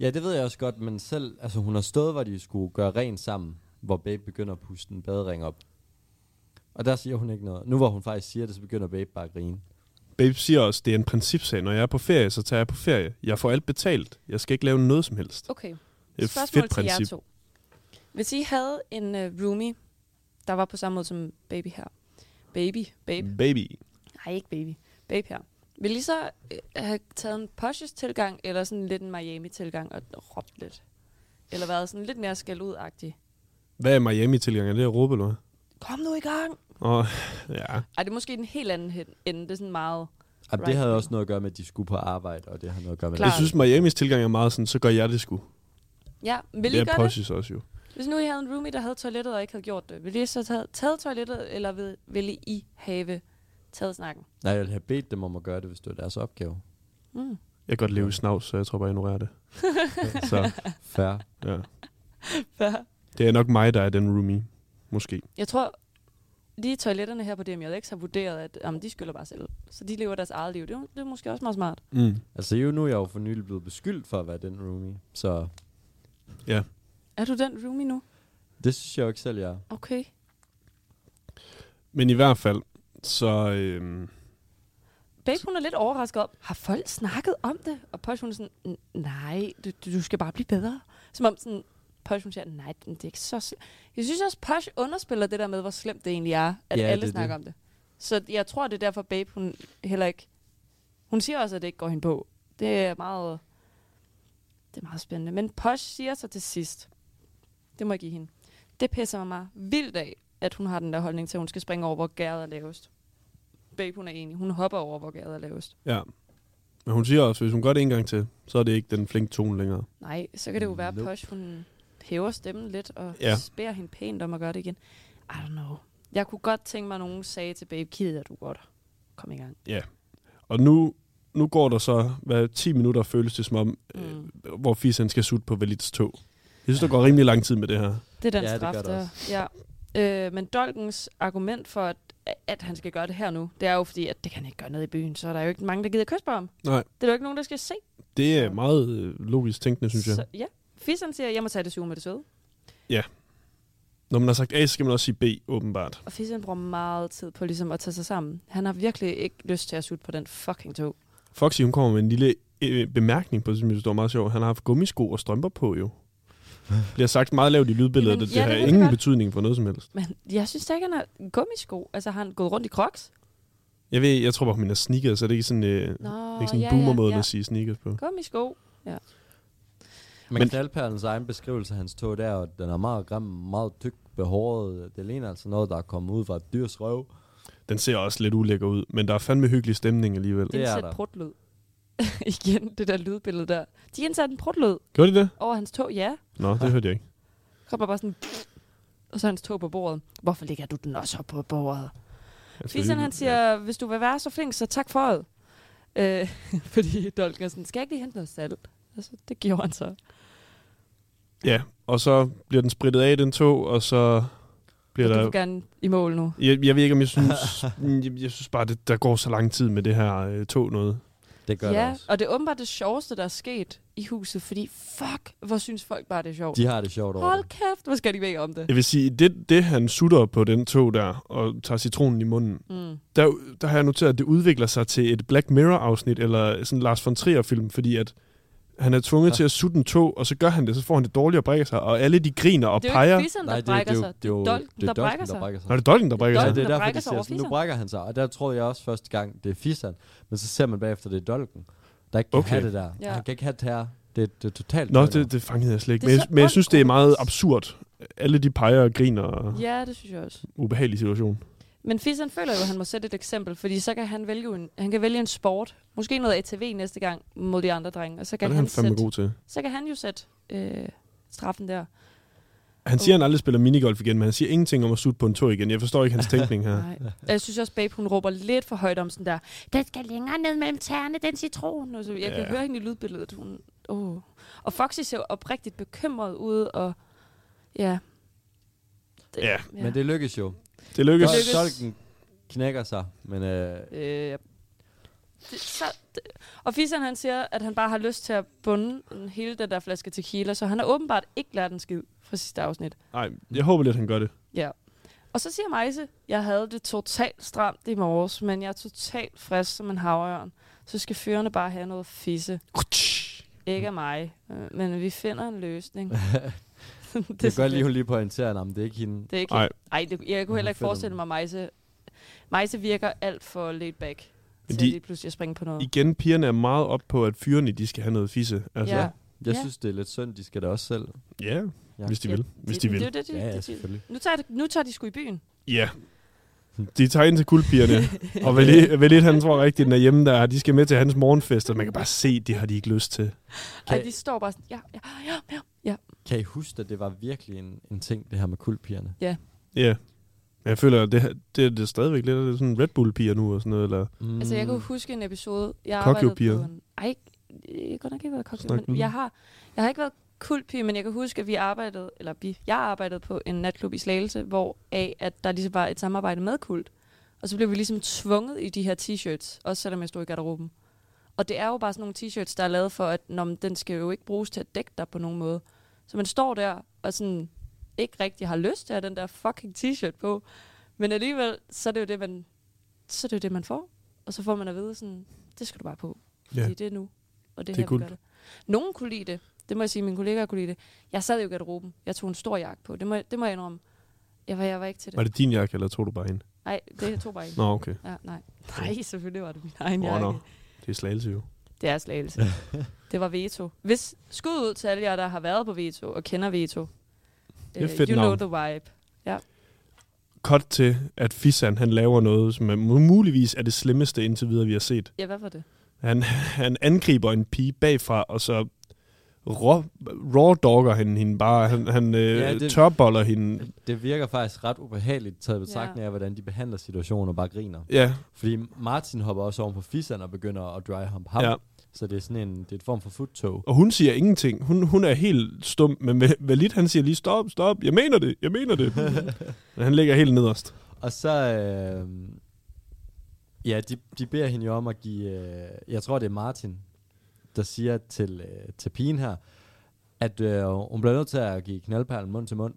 [SPEAKER 4] Ja, det ved jeg også godt, men selv, altså hun har stået, hvor de skulle gøre rent sammen, hvor Babe begynder at puste en badering op. Og der siger hun ikke noget. Nu hvor hun faktisk siger det, så begynder Babe bare at grine.
[SPEAKER 2] Babe siger også, det er en principsag. Når jeg er på ferie, så tager jeg på ferie. Jeg får alt betalt. Jeg skal ikke lave noget som helst.
[SPEAKER 3] Okay.
[SPEAKER 2] Det er et
[SPEAKER 3] Spørgsmål
[SPEAKER 2] fedt
[SPEAKER 3] til jer
[SPEAKER 2] princip.
[SPEAKER 3] to. Hvis I havde øh, en uh, roomie, der var på samme måde som baby her. Baby, babe.
[SPEAKER 2] Baby.
[SPEAKER 3] nej, ikke baby. Babe her. Vil I så øh, have taget en Porsches tilgang, eller sådan lidt en Miami-tilgang og råbt lidt? Eller været sådan lidt mere skæld ud -agtig?
[SPEAKER 2] Hvad er Miami-tilgang? Er det at råbe, eller hvad?
[SPEAKER 3] Kom nu i gang!
[SPEAKER 2] Og, ja.
[SPEAKER 3] Ej, det er måske en helt anden hen- ende. Det er sådan meget...
[SPEAKER 4] Jamen, det
[SPEAKER 3] Right.
[SPEAKER 4] havde også noget at gøre med, at de skulle på arbejde, og det har noget at gøre med...
[SPEAKER 3] Klart.
[SPEAKER 2] Jeg synes, Miamis tilgang er meget sådan, så gør jeg det sgu.
[SPEAKER 3] Ja, vil
[SPEAKER 2] Det
[SPEAKER 3] I
[SPEAKER 2] er
[SPEAKER 3] gøre det?
[SPEAKER 2] Possis også jo.
[SPEAKER 3] Hvis nu I havde en roomie, der havde toilettet og ikke havde gjort det, ville I så have taget toilettet, eller vil- ville I have taget snakken?
[SPEAKER 4] Nej, jeg ville have bedt dem om at gøre det, hvis det var deres opgave.
[SPEAKER 3] Mm.
[SPEAKER 2] Jeg kan godt leve i snavs, så jeg tror bare, jeg ignorerer det. så
[SPEAKER 4] Færre.
[SPEAKER 2] ja. Det er nok mig, der er den roomie. Måske.
[SPEAKER 3] Jeg tror, lige toiletterne her på DMJX har vurderet, at jamen, de skylder bare selv. Så de lever deres eget liv. Det er, jo- det er måske også meget smart.
[SPEAKER 2] Mm.
[SPEAKER 4] Altså, jo, nu er jeg jo for nylig blevet beskyldt for at være den roomie, så
[SPEAKER 3] Er du den roomie nu?
[SPEAKER 4] det synes jeg jo ikke selv, jeg er.
[SPEAKER 3] Okay.
[SPEAKER 2] Men i hvert fald, så... Øhm,
[SPEAKER 3] Babe, hun er lidt overrasket om, har folk snakket om det? Og Posh, hun er sådan, "N- nej, du, du du skal bare blive bedre. Som om sådan, Posh, hun siger, nej, det er ikke så slemt. Jeg synes også, Posh underspiller det der med, hvor slemt det egentlig er, at
[SPEAKER 4] Ja,
[SPEAKER 3] ja, alle
[SPEAKER 4] det er
[SPEAKER 3] snakker det.
[SPEAKER 4] det.
[SPEAKER 3] om det. Så jeg tror, det er derfor, Babe, hun heller ikke... Hun siger også, at det ikke går hende på. Det er meget... Det er meget spændende. Men Posh siger så til sidst, det må jeg give hende. Det pisser mig meget vildt af, at hun har den der holdning til, at hun skal springe over, hvor gæret er lavest. Babe, hun er enig. Hun hopper over, hvor gæret er lavest.
[SPEAKER 2] ja. Men hun siger også, at hvis hun gør det en gang til, så er det ikke den flinke tone længere.
[SPEAKER 3] Nej, så kan det jo være, at
[SPEAKER 4] Nope.
[SPEAKER 3] Posh, hun hæver stemmen lidt og ja.
[SPEAKER 2] Ja.
[SPEAKER 3] spærer hende pænt om at gøre det igen. I don't know. Jeg kunne godt tænke mig, at nogen sagde til Babe, gider du godt? Kom i gang.
[SPEAKER 2] Og nu, nu går der så, hvad, 10 minutter føles det som om,
[SPEAKER 3] Mm.
[SPEAKER 2] øh, hvor Fisen skal sutte på Valits tog. Jeg synes, der går rimelig lang tid med det her.
[SPEAKER 3] Det er den
[SPEAKER 4] Ja,
[SPEAKER 3] ja,
[SPEAKER 4] det
[SPEAKER 3] straf,
[SPEAKER 4] gør det
[SPEAKER 3] der. Ja. Øh, men Dolkens argument for, at, at han skal gøre det her nu, det er jo fordi, at det kan han ikke gøre nede i byen, så er der jo ikke mange, der gider kysse på ham.
[SPEAKER 2] Nej,
[SPEAKER 3] Det er jo ikke nogen, der skal se.
[SPEAKER 2] det er meget øh, logisk tænkende, synes jeg.
[SPEAKER 3] Så, ja. Fissen siger, jeg må tage det syge med det søde.
[SPEAKER 2] Når man har sagt A, så skal man også sige B, åbenbart.
[SPEAKER 3] Og Fissen bruger meget tid på ligesom at tage sig sammen. Han har virkelig ikke lyst til at sutte på den fucking tog.
[SPEAKER 2] Foxy, hun kommer med en lille øh, bemærkning på det, som jeg synes, det var meget sjovt. Han har haft gummisko og strømper på, jo. Bliver sagt meget lavt i lydbilledet,
[SPEAKER 3] Jamen,
[SPEAKER 2] det,
[SPEAKER 3] ja,
[SPEAKER 2] det
[SPEAKER 3] det
[SPEAKER 2] har
[SPEAKER 3] ved jeg
[SPEAKER 2] ingen
[SPEAKER 3] godt.
[SPEAKER 2] betydning for noget som helst.
[SPEAKER 3] Men jeg synes da ikke, han har gummisko. Altså, har han gået rundt i crocs?
[SPEAKER 2] Jeg ved, jeg tror bare, hun er sneakers, så det er ikke sådan, øh, det
[SPEAKER 3] Nå,
[SPEAKER 2] er ikke sådan en boomer-måde at sige sneakers på.
[SPEAKER 3] Gummisko.
[SPEAKER 4] Men,
[SPEAKER 2] Men-
[SPEAKER 4] Men knaldperlens egen beskrivelse af hans tog der, og den er meget grim, meget tyk behåret. Det ligner altså noget, der er kommet ud fra et dyrs røv.
[SPEAKER 2] Den ser også lidt ulækker ud, men der er fandme hyggelig stemning alligevel.
[SPEAKER 4] Det er
[SPEAKER 3] Indsat
[SPEAKER 4] der.
[SPEAKER 3] prutlyd. Igen, det der lydbillede der. De indsatte en prutlyd
[SPEAKER 2] Gjorde de det?
[SPEAKER 3] over hans tog, ja.
[SPEAKER 2] Nå, det hørte jeg ikke.
[SPEAKER 3] Kommer bare sådan... Og så er hans tog på bordet. Hvorfor ligger du den også op på bordet?
[SPEAKER 2] Jeg skal
[SPEAKER 3] Fissen,
[SPEAKER 2] lige-
[SPEAKER 3] han siger, ja. hvis du vil være så flink, så tak for det. Øh, fordi Dolken er sådan, skal jeg ikke lige hente noget salt? Altså, det gjorde han så.
[SPEAKER 2] Ja, og så bliver den sprittet af, den tog, og så bliver
[SPEAKER 3] Du
[SPEAKER 2] der...
[SPEAKER 3] vil gerne i mål nu.
[SPEAKER 2] Jeg, jeg ved ikke, om jeg synes... jeg, jeg synes bare, det, der går så lang tid med det her øh, tog noget.
[SPEAKER 4] Det gør
[SPEAKER 3] ja,
[SPEAKER 4] det også.
[SPEAKER 3] og det er åbenbart det sjoveste, der er sket i huset, fordi fuck, hvor synes folk bare, det er sjovt.
[SPEAKER 4] De har det sjovt over
[SPEAKER 3] Hold
[SPEAKER 4] det.
[SPEAKER 3] kæft, hvor skal de væk om det?
[SPEAKER 2] Jeg vil sige, det, det han sutter på den tog der, og tager citronen i munden,
[SPEAKER 3] Mm.
[SPEAKER 2] der, der har jeg noteret, at det udvikler sig til et Black Mirror-afsnit, eller sådan en Lars von Trier-film, fordi at han er tvunget ja.
[SPEAKER 4] Ja.
[SPEAKER 2] til at sutte en tog, og så gør han det, så får han det dårligt og brækker sig, og alle de griner og
[SPEAKER 3] Det er jo
[SPEAKER 2] peger.
[SPEAKER 3] ikke fissen, der
[SPEAKER 4] Nej, det, det,
[SPEAKER 3] brækker
[SPEAKER 4] er jo-
[SPEAKER 3] sig.
[SPEAKER 4] det, er jo-
[SPEAKER 3] Dolken,
[SPEAKER 4] det er
[SPEAKER 3] der brækker
[SPEAKER 4] dolken, der
[SPEAKER 3] sig.
[SPEAKER 4] brækker sig.
[SPEAKER 2] Nå, det er Dolken, der brækker
[SPEAKER 4] Ja,
[SPEAKER 2] sig.
[SPEAKER 3] Dolken,
[SPEAKER 4] det er
[SPEAKER 3] der
[SPEAKER 4] derfor,
[SPEAKER 3] brækker
[SPEAKER 4] de
[SPEAKER 3] sig
[SPEAKER 4] siger
[SPEAKER 3] over
[SPEAKER 4] sådan, nu
[SPEAKER 3] fisseren.
[SPEAKER 4] brækker han sig. Og der troede jeg også første gang, det er fisseren. Men så ser man bagefter, det er dolken, der ikke kan
[SPEAKER 2] Okay.
[SPEAKER 4] okay. have det der.
[SPEAKER 3] Ja.
[SPEAKER 4] Ja. Han kan ikke have det her. Det, det er totalt
[SPEAKER 2] Nå,
[SPEAKER 4] dolken.
[SPEAKER 2] det, det fangede jeg slet ikke.
[SPEAKER 3] Det er
[SPEAKER 2] Men jeg,
[SPEAKER 3] så
[SPEAKER 2] men jeg synes, det er meget
[SPEAKER 3] ondskabs-
[SPEAKER 2] absurd. Alle de peger og griner og ja.
[SPEAKER 3] Ja, det synes jeg også.
[SPEAKER 2] ubehagelig situation.
[SPEAKER 3] Men Fissen føler jo, at han må sætte et eksempel, fordi så kan han vælge en, han kan vælge en sport. Måske noget ATV næste gang mod de andre drenge, og så
[SPEAKER 2] Ja,
[SPEAKER 3] kan,
[SPEAKER 2] det er
[SPEAKER 3] han,
[SPEAKER 2] han fandme
[SPEAKER 3] sætte,
[SPEAKER 2] god til.
[SPEAKER 3] så kan han jo sætte øh, straffen der.
[SPEAKER 2] Han siger, han aldrig spiller minigolf igen, men han siger ingenting om at sutte på en tog igen. Jeg forstår ikke hans tænkning her.
[SPEAKER 3] Nej. Og Jeg synes også, Babe, hun råber lidt for højt om sådan der, den skal længere ned mellem tæerne, den citron. Og så, jeg ja.
[SPEAKER 2] Ja.
[SPEAKER 3] kan høre hende i lydbilledet. Hun, oh. Og Foxy ser jo oprigtigt bekymret ud, og ja. Det,
[SPEAKER 2] Ja,
[SPEAKER 3] ja.
[SPEAKER 4] Men det lykkes jo.
[SPEAKER 2] Det lykkes.
[SPEAKER 3] Lykkes.
[SPEAKER 4] Dol- Dolken knækker sig, men øh,
[SPEAKER 3] Øh, ja. det, så, det. Og Fisan han siger, at han bare har lyst til at bunde den- hele den der flaske tequila, så han har åbenbart ikke lært en skid fra sidste afsnit.
[SPEAKER 2] Nej, jeg håber lidt, han gør det.
[SPEAKER 3] Ja. Og så siger Majse, jeg havde det totalt stramt i morges, men jeg er totalt frisk som en havørn. Så skal fyrene bare have noget fisse. Ikke af mig, øh, men vi finder en løsning.
[SPEAKER 4] det, det gør lige, hun lige pointerer, at det er ikke hende.
[SPEAKER 3] Det er ikke,
[SPEAKER 2] Ej.
[SPEAKER 3] Ej, det, jeg kunne heller ikke
[SPEAKER 4] Fedt,
[SPEAKER 3] forestille mig, Majse Majse virker alt for laid back
[SPEAKER 2] Men
[SPEAKER 3] til
[SPEAKER 2] de-
[SPEAKER 3] de, lige pludselig at springe på noget.
[SPEAKER 2] Igen, pigerne er meget op på, at fyrene, de skal have noget fisse. Altså,
[SPEAKER 3] ja.
[SPEAKER 4] Jeg
[SPEAKER 3] Ja.
[SPEAKER 4] synes, det er lidt synd, de skal da også selv.
[SPEAKER 2] ja.
[SPEAKER 4] Ja.
[SPEAKER 2] hvis de
[SPEAKER 3] Ja,
[SPEAKER 2] vil. Hvis de
[SPEAKER 3] det,
[SPEAKER 2] vil.
[SPEAKER 3] Det, det, det,
[SPEAKER 4] Ja, ja,
[SPEAKER 3] det, det,
[SPEAKER 4] selvfølgelig.
[SPEAKER 3] nu, tager, de- nu tager de sgu i byen.
[SPEAKER 2] Ja. De tager ind til guldpigerne, og Valit, Valit han tror rigtigt, den er hjemme der, de skal med til hans morgenfest, og man kan bare se, det har de ikke lyst til.
[SPEAKER 3] Ej,
[SPEAKER 4] Kan-
[SPEAKER 3] de står bare sådan, ja, ja, ja, ja.
[SPEAKER 4] Kan I huske, at det var virkelig en, en ting, det her med kulpigerne?
[SPEAKER 2] Ja. Men jeg føler, at det, her- det, det er stadigvæk lidt af det sådan Red Bull-piger nu og sådan noget, eller
[SPEAKER 4] Mm.
[SPEAKER 3] Altså, jeg kunne huske en episode, jeg
[SPEAKER 2] Kokyo
[SPEAKER 3] arbejdede
[SPEAKER 2] piger.
[SPEAKER 3] på en... Ej, jeg Øh, godt nok ikke været kokyo,
[SPEAKER 2] Snak nu.
[SPEAKER 3] men jeg har, jeg har ikke været kulpige, men jeg kan huske, at vi arbejdede, eller vi, jeg arbejdede på en natklub i Slagelse, hvor af, at der ligesom var et samarbejde med kult. Og så blev vi ligesom tvunget i de her t-shirts, også selvom jeg stod i garderoben. Og det er jo bare sådan nogle t-shirts, der er lavet for, at når, den skal jo ikke bruges til at dække dig på nogen måde. Så man står der og sådan ikke rigtig har lyst til at have den der fucking t-shirt på. Men alligevel, så er det jo det, man, så er det, jo det, man får. Og så får man at vide sådan, det skal du bare på. Fordi
[SPEAKER 2] Ja.
[SPEAKER 3] ja. det er nu.
[SPEAKER 2] Det
[SPEAKER 3] Og det, det
[SPEAKER 2] er
[SPEAKER 3] her, vi
[SPEAKER 2] guld.
[SPEAKER 3] gør det. Nogen kunne lide det. Det må jeg sige, mine kollegaer kunne lide det. Jeg sad jo i garderoben. Jeg tog en stor jakke på. Det må, jeg- det må jeg indrømme. Jeg var, jeg var ikke til
[SPEAKER 2] var
[SPEAKER 3] det.
[SPEAKER 2] det din jakke, eller tog du bare en?
[SPEAKER 3] Nej, det tog bare ikke.
[SPEAKER 2] Nå, okay.
[SPEAKER 3] Ja, nej. nej, selvfølgelig var det min egen
[SPEAKER 2] Åh,
[SPEAKER 3] jakke.
[SPEAKER 2] nå. Det er slagelse jo.
[SPEAKER 3] Det er slagelse. det var Veto. Hvis skud ud til alle jer, der har været på Veto og kender Veto.
[SPEAKER 2] Det er
[SPEAKER 3] Øh,
[SPEAKER 2] fedt
[SPEAKER 3] you
[SPEAKER 2] navn.
[SPEAKER 3] know the vibe.
[SPEAKER 2] Cut til, at Fisan han laver noget, som er muligvis er det slemmeste indtil videre, vi har set.
[SPEAKER 3] Ja, hvad var det?
[SPEAKER 2] Han, han angriber en pige bagfra, og så raw, raw dogger han hende bare. Han, han øh, ja,
[SPEAKER 4] Ja,
[SPEAKER 2] det...
[SPEAKER 4] det-
[SPEAKER 2] tørboller hende.
[SPEAKER 4] Det virker faktisk ret ubehageligt taget i
[SPEAKER 3] Ja.
[SPEAKER 4] betragtning af, hvordan de behandler situationen og bare griner.
[SPEAKER 2] Ja,
[SPEAKER 4] Fordi Martin hopper også oven på fisserne og begynder at dry hump ham.
[SPEAKER 2] Ja.
[SPEAKER 4] Ja. Så det er sådan en, det er et form for futtog.
[SPEAKER 2] og hun siger ingenting. Hun, hun er helt stum, men Va- Valit han siger lige, stop, stop, jeg mener det, jeg mener det. men han ligger helt nederst.
[SPEAKER 4] Og så, øh, ja, de, de beder hende jo om at give, øh, jeg tror det er Martin, der siger til, øh, til pigen her, at øh, hun bliver nødt til at give knaldperlen mund til mund.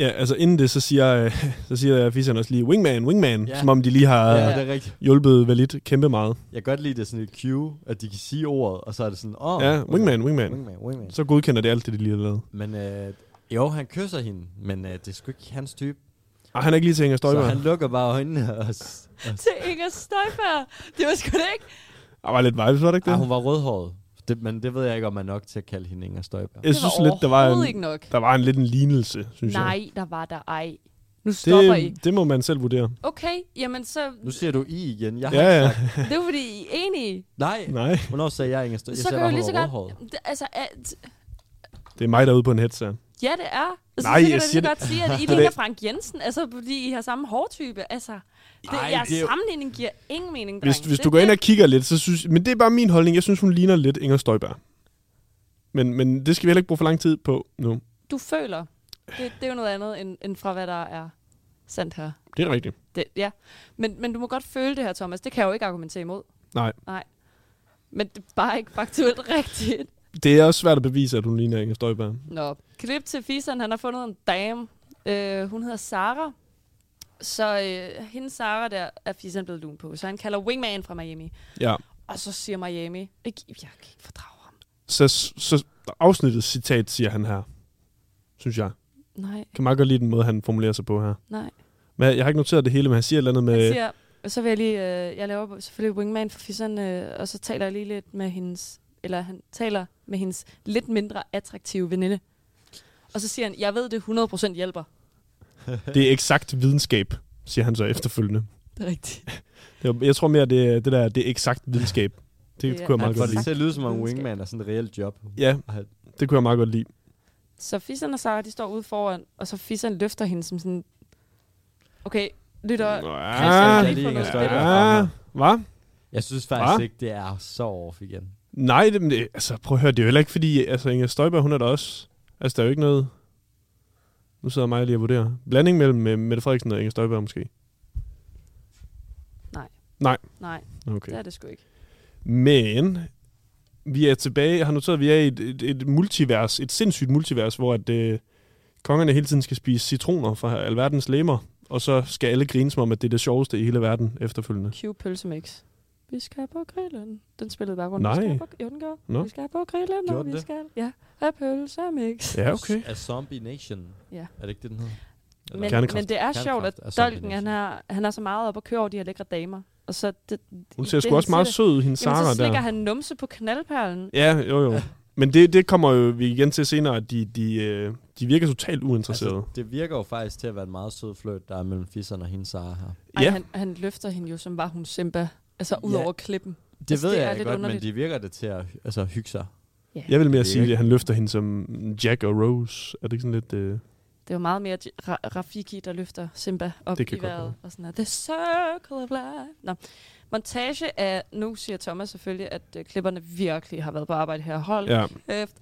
[SPEAKER 2] Ja, altså inden det, så siger, øh, så siger Fisan også lige, wingman, wingman, ja.
[SPEAKER 4] Ja.
[SPEAKER 2] som om de lige har
[SPEAKER 4] Ja,
[SPEAKER 2] ja.
[SPEAKER 4] det er rigtigt.
[SPEAKER 2] hjulpet Valit kæmpe meget.
[SPEAKER 4] Jeg kan godt lide, det er sådan et cue, at de kan sige ordet, og så er det sådan, åh, oh,
[SPEAKER 2] Ja, wingman, wingman.
[SPEAKER 4] wingman, wingman.
[SPEAKER 2] Så godkender det alt det, de lige har lavet.
[SPEAKER 4] Men øh, jo, han kysser hende, men øh, det er sgu ikke hans type.
[SPEAKER 2] Og han er ikke lige til Inger
[SPEAKER 4] Så
[SPEAKER 2] Støjberg.
[SPEAKER 4] han lukker bare øjnene. Og s-
[SPEAKER 3] til Inger Støjberg. Det var sgu da ikke.
[SPEAKER 2] Der var lidt vibes, var det ikke
[SPEAKER 4] ah,
[SPEAKER 2] det?
[SPEAKER 4] hun var rødhåret. Det, men det ved jeg ikke, om man er nok til at kalde hende Inger Støjberg.
[SPEAKER 2] Jeg
[SPEAKER 3] det var
[SPEAKER 2] synes lidt, der var
[SPEAKER 3] overhovedet
[SPEAKER 2] en,
[SPEAKER 3] ikke nok.
[SPEAKER 2] der var en lidt en lignelse, synes jeg.
[SPEAKER 3] Nej, der var der ej. Nu stopper det... I.
[SPEAKER 2] Det, det må man selv vurdere.
[SPEAKER 3] Okay, jamen så...
[SPEAKER 4] Nu siger du I igen. Jeg har
[SPEAKER 2] Ja,
[SPEAKER 4] ikke
[SPEAKER 2] ja.
[SPEAKER 4] sagt-
[SPEAKER 3] Det var fordi, I er enige.
[SPEAKER 4] Nej. Nej.
[SPEAKER 2] Nej,
[SPEAKER 4] Hvornår sagde jeg Inger Støjberg?
[SPEAKER 3] så
[SPEAKER 4] Jeg sagde
[SPEAKER 3] kan
[SPEAKER 4] bare,
[SPEAKER 3] jo lige
[SPEAKER 4] hun
[SPEAKER 3] så
[SPEAKER 4] var rødhåret.
[SPEAKER 3] godt... Det, altså, at,
[SPEAKER 2] det er mig, der er ude på en hetz her.
[SPEAKER 3] ja, det er. Altså,
[SPEAKER 2] Nej,
[SPEAKER 3] så kan
[SPEAKER 2] jeg
[SPEAKER 3] jeg
[SPEAKER 2] siger
[SPEAKER 3] lige så
[SPEAKER 2] det-
[SPEAKER 3] godt sige, at I
[SPEAKER 2] er
[SPEAKER 3] ligner
[SPEAKER 2] det-
[SPEAKER 3] Frank Jensen, altså fordi I har samme hårtype. Altså, det,
[SPEAKER 4] Ej,
[SPEAKER 3] Ej, jeres
[SPEAKER 4] det er jo-
[SPEAKER 3] sammenligning giver ingen mening,
[SPEAKER 2] Hvis,
[SPEAKER 3] dreng.
[SPEAKER 2] hvis
[SPEAKER 3] Det-
[SPEAKER 2] du går
[SPEAKER 3] det-
[SPEAKER 2] ind og kigger lidt, så synes... Men det er bare min holdning. Jeg synes, hun ligner lidt Inger Støjberg. Men, men det skal vi heller ikke bruge for lang tid på nu.
[SPEAKER 3] du føler, det, det er jo noget andet, end, end fra hvad der er sandt her.
[SPEAKER 2] Det er rigtigt.
[SPEAKER 3] Det, ja. men, men du må godt føle det her, Thomas. Det kan jeg jo ikke argumentere imod.
[SPEAKER 2] Nej.
[SPEAKER 3] Nej. Men det er bare ikke faktuelt rigtigt.
[SPEAKER 2] Det er også svært at bevise, at hun ligner Inger Støjberg.
[SPEAKER 3] Nå, klip til Fisan. Han har fundet en dame. Øh, hun hedder Sara. Så øh, hende Sara der er Fisan blevet lun på. Så han kalder Wingman fra Miami.
[SPEAKER 2] Ja.
[SPEAKER 3] Og så siger Miami, ikke, jeg kan ikke fordrage ham.
[SPEAKER 2] Så, så afsnittets citat siger han her. Synes jeg.
[SPEAKER 3] Nej,
[SPEAKER 2] Kan meget godt lide den måde, han formulerer sig på her.
[SPEAKER 3] nej.
[SPEAKER 2] Men jeg har ikke noteret det hele, men han siger et eller andet med...
[SPEAKER 3] Han siger, og så vil jeg lige, øh, jeg laver selvfølgelig wingman for fisseren, øh, og så taler jeg lige lidt med hendes, eller han taler med hendes lidt mindre attraktive veninde. Og så siger han, jeg ved det 100% hjælper.
[SPEAKER 2] Det er eksakt videnskab, siger han så efterfølgende.
[SPEAKER 3] Det er rigtigt.
[SPEAKER 2] Det var- Jeg tror mere, det, er- det der det er eksakt videnskab. Det,
[SPEAKER 3] Det er
[SPEAKER 2] det kunne jeg meget
[SPEAKER 4] Han får
[SPEAKER 2] godt
[SPEAKER 4] det
[SPEAKER 2] lide.
[SPEAKER 4] til at lyde som om
[SPEAKER 3] Videnskab.
[SPEAKER 4] wingman er sådan et reelt job.
[SPEAKER 2] Ja,
[SPEAKER 4] Ej.
[SPEAKER 2] det kunne jeg meget godt lide.
[SPEAKER 3] Så fisseren og Sara, de står ude foran, og så fisseren løfter hende som sådan, okay, lytter,
[SPEAKER 4] Christian, det er
[SPEAKER 2] Ja,
[SPEAKER 3] lige
[SPEAKER 4] lige
[SPEAKER 3] få
[SPEAKER 4] Inger
[SPEAKER 3] noget
[SPEAKER 4] Støjberg.
[SPEAKER 2] ja,
[SPEAKER 4] frem her.
[SPEAKER 2] hvad?
[SPEAKER 4] Jeg synes faktisk
[SPEAKER 2] Ah. Hva?
[SPEAKER 4] ikke, det er så off igen.
[SPEAKER 2] Nej, det, men det, altså, prøv at høre, det er jo heller ikke fordi, altså Inger Støjberg, hun er der også, altså der er jo ikke noget, nu sidder mig lige og vurderer, blanding mellem uh, Mette Frederiksen og Inger Støjberg måske.
[SPEAKER 3] nej,
[SPEAKER 2] Okay.
[SPEAKER 3] det er det sgu ikke.
[SPEAKER 2] Men vi er tilbage, jeg har noteret, at vi er i et, et, et multivers, et sindssygt multivers, hvor at, øh, kongerne hele tiden skal spise citroner fra alverdens lemmer, og så skal alle grine som om, at det er det sjoveste i hele verden efterfølgende.
[SPEAKER 3] Q pølsemix. Vi skal på grillen. Den spillede bare rundt.
[SPEAKER 2] Nej.
[SPEAKER 3] Vi skal på, jo, den gør.
[SPEAKER 2] Nå.
[SPEAKER 3] Vi skal på grillen,
[SPEAKER 4] Gjorde
[SPEAKER 3] og
[SPEAKER 4] den
[SPEAKER 3] vi
[SPEAKER 4] det?
[SPEAKER 3] skal ja, have pølsemix.
[SPEAKER 2] Ja, okay.
[SPEAKER 4] A Zombie Nation.
[SPEAKER 3] Ja.
[SPEAKER 4] Er det ikke det, den hedder? Eller-
[SPEAKER 3] Men,
[SPEAKER 2] Kernekraft.
[SPEAKER 3] men det er
[SPEAKER 4] Kernekraft
[SPEAKER 3] sjovt, at
[SPEAKER 4] er sådan,
[SPEAKER 3] Dolken,
[SPEAKER 4] det er.
[SPEAKER 3] han er, han er så meget op og kører over de her lækre damer. Og så det,
[SPEAKER 2] Hun
[SPEAKER 3] i
[SPEAKER 2] ser
[SPEAKER 3] det,
[SPEAKER 2] sgu
[SPEAKER 3] han
[SPEAKER 2] også meget
[SPEAKER 3] siger
[SPEAKER 2] sød, hende
[SPEAKER 3] det- Jamen,
[SPEAKER 2] Sara
[SPEAKER 3] så slikker
[SPEAKER 2] der.
[SPEAKER 3] han numse på knaldperlen.
[SPEAKER 2] Ja, jo jo. Men det, det kommer jo vi igen til senere, at de, de, øh, de virker totalt uinteresserede.
[SPEAKER 4] Altså, det virker jo faktisk til at være en meget sød fløjt, der er mellem fisserne og hendes Sara her.
[SPEAKER 3] Altså, Ej,
[SPEAKER 2] Ja.
[SPEAKER 3] han, han løfter hende jo, som var hun Simba. Altså, ud
[SPEAKER 4] Ja.
[SPEAKER 3] over klippen.
[SPEAKER 4] Det
[SPEAKER 3] Altså,
[SPEAKER 4] ved
[SPEAKER 3] det er
[SPEAKER 4] jeg
[SPEAKER 3] lidt
[SPEAKER 4] godt,
[SPEAKER 3] underligt.
[SPEAKER 4] men de virker det til at altså, hygge sig.
[SPEAKER 2] jeg vil mere
[SPEAKER 4] det er
[SPEAKER 2] sige,
[SPEAKER 4] ikke-
[SPEAKER 2] at han løfter hende som Jack og Rose. Er det ikke sådan lidt... Øh,
[SPEAKER 3] Det er jo meget mere Ra- Rafiki, der løfter Simba op
[SPEAKER 2] Det kan
[SPEAKER 3] i
[SPEAKER 2] godt
[SPEAKER 3] vejret.
[SPEAKER 2] være.
[SPEAKER 3] Og sådan her, The circle of life. Nå. Montage af, nu siger Thomas selvfølgelig, at øh, klipperne virkelig har været på arbejde her. Hold
[SPEAKER 2] ja,
[SPEAKER 3] kæft.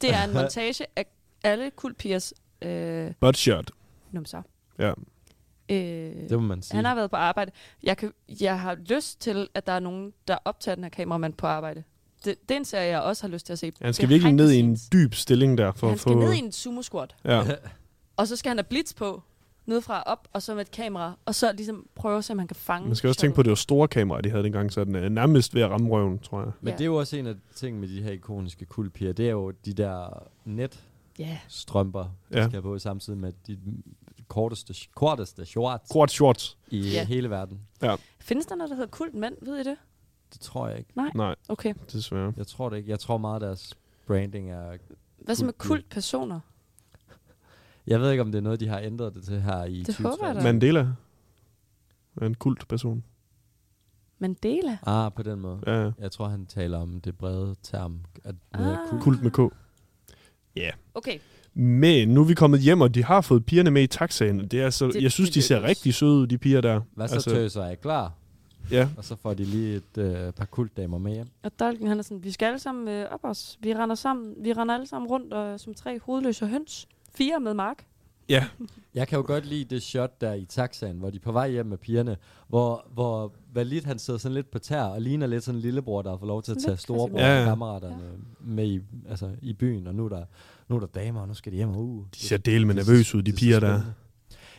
[SPEAKER 3] Det er en montage af alle kulpigers øh,
[SPEAKER 2] butt shot.
[SPEAKER 3] numser.
[SPEAKER 2] Ja.
[SPEAKER 3] Øh,
[SPEAKER 4] Det må man sige.
[SPEAKER 3] han har været på arbejde. Jeg, kan, jeg har lyst til, at der er nogen, der optager den her kameramand på arbejde. Det, det er en serie, jeg også har lyst til at se.
[SPEAKER 2] Han
[SPEAKER 3] Det
[SPEAKER 2] skal
[SPEAKER 3] er
[SPEAKER 2] virkelig ned i en
[SPEAKER 3] hindsides.
[SPEAKER 2] dyb stilling der for
[SPEAKER 3] Han
[SPEAKER 2] at få...
[SPEAKER 3] skal ned i en Mm. sumo-squat.
[SPEAKER 2] Ja.
[SPEAKER 3] Og så skal han have blitz på, nedefra op, og så med et kamera, og så ligesom prøve at se, om han kan fange.
[SPEAKER 2] Man skal også tænke på, at det var store kameraer, de havde dengang, så den er nærmest ved at ramme røven, tror jeg.
[SPEAKER 4] Men
[SPEAKER 3] Ja.
[SPEAKER 4] det er jo også en af tingene med de her ikoniske kulpiger, det er jo de der netstrømper,
[SPEAKER 3] Ja,
[SPEAKER 4] der
[SPEAKER 2] Ja.
[SPEAKER 4] skal have på samtidig med de korteste, korteste shorts
[SPEAKER 2] Kort shorts.
[SPEAKER 4] i
[SPEAKER 3] Ja.
[SPEAKER 4] ja. hele verden.
[SPEAKER 3] findes der noget, der hedder kult mænd, ved I det?
[SPEAKER 4] Det tror jeg ikke.
[SPEAKER 2] Nej,
[SPEAKER 3] Okay.
[SPEAKER 2] desværre.
[SPEAKER 4] Jeg tror det ikke. Jeg tror meget, deres branding er...
[SPEAKER 3] Hvad så med
[SPEAKER 4] Kultmænd.
[SPEAKER 3] kult personer?
[SPEAKER 4] Jeg ved ikke, om det er noget, de har ændret det til her i
[SPEAKER 3] Det håber jeg
[SPEAKER 4] 2023.
[SPEAKER 3] da.
[SPEAKER 2] Mandela er en kult person.
[SPEAKER 3] Mandela?
[SPEAKER 4] Ah, på den måde.
[SPEAKER 2] Ja, ja.
[SPEAKER 4] Jeg tror, han taler om det brede term. At ah.
[SPEAKER 3] Ah.
[SPEAKER 4] kult.
[SPEAKER 2] kult med K.
[SPEAKER 3] Okay.
[SPEAKER 2] Men nu er vi kommet hjem, og de har fået pigerne med i taxaen. Det er så,
[SPEAKER 3] Det-
[SPEAKER 2] det, jeg synes,
[SPEAKER 3] det
[SPEAKER 2] de ser
[SPEAKER 3] lykkedes.
[SPEAKER 2] rigtig søde ud, de piger der.
[SPEAKER 4] Hvad så altså. tøser, er I klar?
[SPEAKER 2] Ja,
[SPEAKER 4] Og så får de lige et øh, par kultdamer med hjem.
[SPEAKER 3] Og Dolken, han er sådan, vi skal alle sammen øh, op os. Vi render, sammen, vi render alle sammen rundt øh, som tre hovedløse høns. Fire med Mark.
[SPEAKER 2] ja.
[SPEAKER 4] Jeg kan jo godt lide det shot der i taxaen, hvor de er på vej hjem med pigerne, hvor, hvor Valit han sidder sådan lidt på tær og ligner lidt sådan en lillebror, der har fået lov til at
[SPEAKER 3] Sådan
[SPEAKER 4] tage
[SPEAKER 3] lidt
[SPEAKER 4] storebror
[SPEAKER 2] Casimir.
[SPEAKER 4] ja.
[SPEAKER 2] Ja,
[SPEAKER 4] og
[SPEAKER 2] ja.
[SPEAKER 4] kammeraterne med i, altså, i byen, og nu er, der, nu er der damer, og nu skal de hjem og uh.
[SPEAKER 2] De ser del med nervøse ud, de piger der.
[SPEAKER 4] Ja,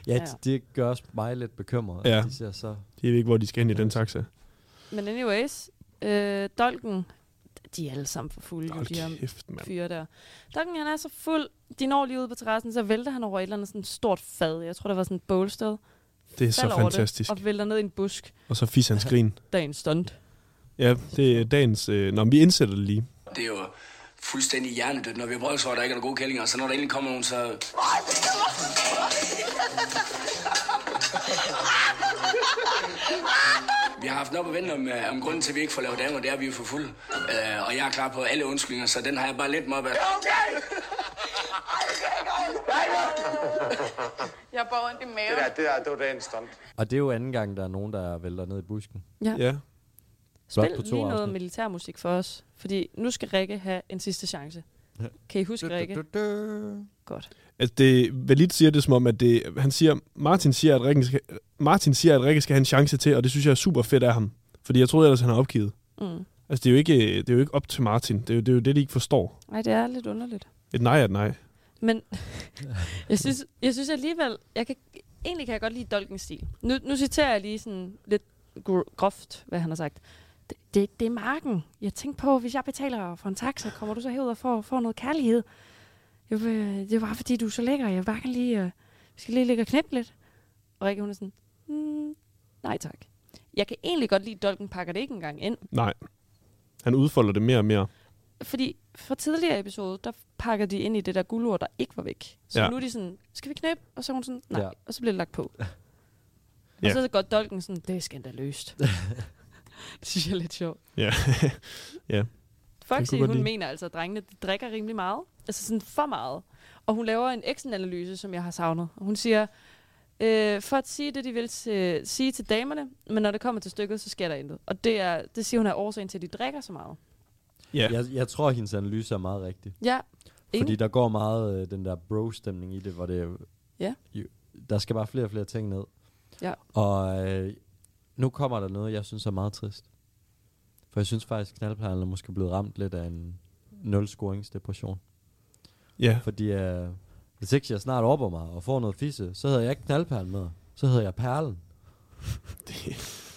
[SPEAKER 3] Ja.
[SPEAKER 4] det, det gør også mig lidt bekymret.
[SPEAKER 2] Ja.
[SPEAKER 4] Ja. De ser så...
[SPEAKER 2] De ved ikke, hvor de skal hen i den taxa.
[SPEAKER 3] Men anyways, øh, Dolken, de er alle sammen for fulde. jo, de her
[SPEAKER 2] Hold kæft, mand.
[SPEAKER 3] fyre der. Dolken, han er så fuld. De når lige ud på terrassen, så vælter han over et eller andet sådan stort fad. Jeg tror, der var sådan et bålsted.
[SPEAKER 2] Det er så
[SPEAKER 3] falder over
[SPEAKER 2] fantastisk.
[SPEAKER 3] Det, og vælter ned i en busk.
[SPEAKER 2] Og så fis hans grin.
[SPEAKER 3] Dagens stunt.
[SPEAKER 2] Ja, det er dagens... Øh, når vi indsætter det lige.
[SPEAKER 6] Det er jo fuldstændig hjernedødt, når vi har brødsår, der ikke er nogen gode kællinger. Så når der endelig kommer nogen, så... Vi har haft den op at vende om, øh, om grunden til, at vi ikke får lavet damer, det er, at vi er for fulde. Øh, og jeg er klar på alle undskyldninger, så den har jeg bare lidt mig op ad.
[SPEAKER 10] Jeg har bare ondt i maven.
[SPEAKER 7] det der, det var dagens stunt.
[SPEAKER 4] Og det er jo anden gang, der er nogen, der vælter ned i busken.
[SPEAKER 2] Ja.
[SPEAKER 4] Blot
[SPEAKER 3] Spil
[SPEAKER 4] på to
[SPEAKER 3] lige noget
[SPEAKER 4] afsnit.
[SPEAKER 3] militærmusik for os. Fordi nu skal Rikke have en sidste chance.
[SPEAKER 4] Ja.
[SPEAKER 3] Kan I huske Rikke?
[SPEAKER 4] Du, du, du.
[SPEAKER 3] Godt.
[SPEAKER 2] Altså det, Valit siger det som om, at det, han siger, Martin siger, at Rikke skal, Martin siger, at Rikke skal have en chance til, og det synes jeg er super fedt af ham. Fordi jeg troede ellers, han har opgivet.
[SPEAKER 3] Mm.
[SPEAKER 2] Altså det er jo ikke, det er jo ikke op til Martin. Det er, jo, det er jo det, de ikke forstår.
[SPEAKER 3] Ej, det er lidt underligt.
[SPEAKER 2] Et nej er et nej.
[SPEAKER 3] Men jeg, synes, jeg synes alligevel, jeg kan, egentlig kan jeg godt lide Dolkens stil. Nu, nu citerer jeg lige sådan lidt gro- groft, hvad han har sagt. Det, det, det er marken. Jeg tænkte på, hvis jeg betaler for en taxa, kommer du så herud og får, får noget kærlighed? Jeg, vil- det er bare fordi, du er så lækker. Jeg vil bare gerne lige, øh, vi skal lige ligge og knæppe lidt. Og Rikke, hun er sådan, mm, nej tak. Jeg kan egentlig godt lide, at Dolken pakker det ikke engang ind.
[SPEAKER 2] Nej. Han udfolder det mere og mere.
[SPEAKER 3] Fordi fra tidligere episode, der pakker de ind i det der guldur, der ikke var væk. Så ja.
[SPEAKER 2] Ja.
[SPEAKER 3] nu er de sådan, skal vi knæppe? Og så er hun sådan, nej. Ja.
[SPEAKER 4] Ja.
[SPEAKER 3] Og så bliver det lagt på. Og
[SPEAKER 2] Ja.
[SPEAKER 3] så er det godt dolken sådan, det er skandaløst. det synes jeg er lidt sjovt.
[SPEAKER 2] Ja.
[SPEAKER 3] Foxy,
[SPEAKER 2] kunne godt
[SPEAKER 3] hun
[SPEAKER 2] lide.
[SPEAKER 3] mener altså, at drengene de drikker rimelig meget. Altså sådan for meget. Og hun laver en exit-analyse, som jeg har savnet. Og hun siger, øh, for at sige det, de vil se, sige til damerne, men når det kommer til stykket, så sker der intet. Og det, er, det siger hun er årsagen til, at de drikker så meget.
[SPEAKER 2] ja.
[SPEAKER 4] Jeg, jeg tror, hendes analyse er meget rigtig.
[SPEAKER 3] Ja, Enig.
[SPEAKER 4] Fordi der går meget øh, den der bro-stemning i det, hvor det
[SPEAKER 3] Ja.
[SPEAKER 4] jo, der skal bare flere og flere ting ned.
[SPEAKER 3] Ja.
[SPEAKER 4] Og øh, nu kommer der noget, jeg synes er meget trist. For jeg synes faktisk, at knaldperlen er måske blevet ramt lidt af en nulscoringsdepression.
[SPEAKER 2] ja.
[SPEAKER 4] Fordi øh, hvis ikke jeg snart opper mig og får noget fisse, så hedder jeg ikke knaldperlen med. Så hedder jeg perlen.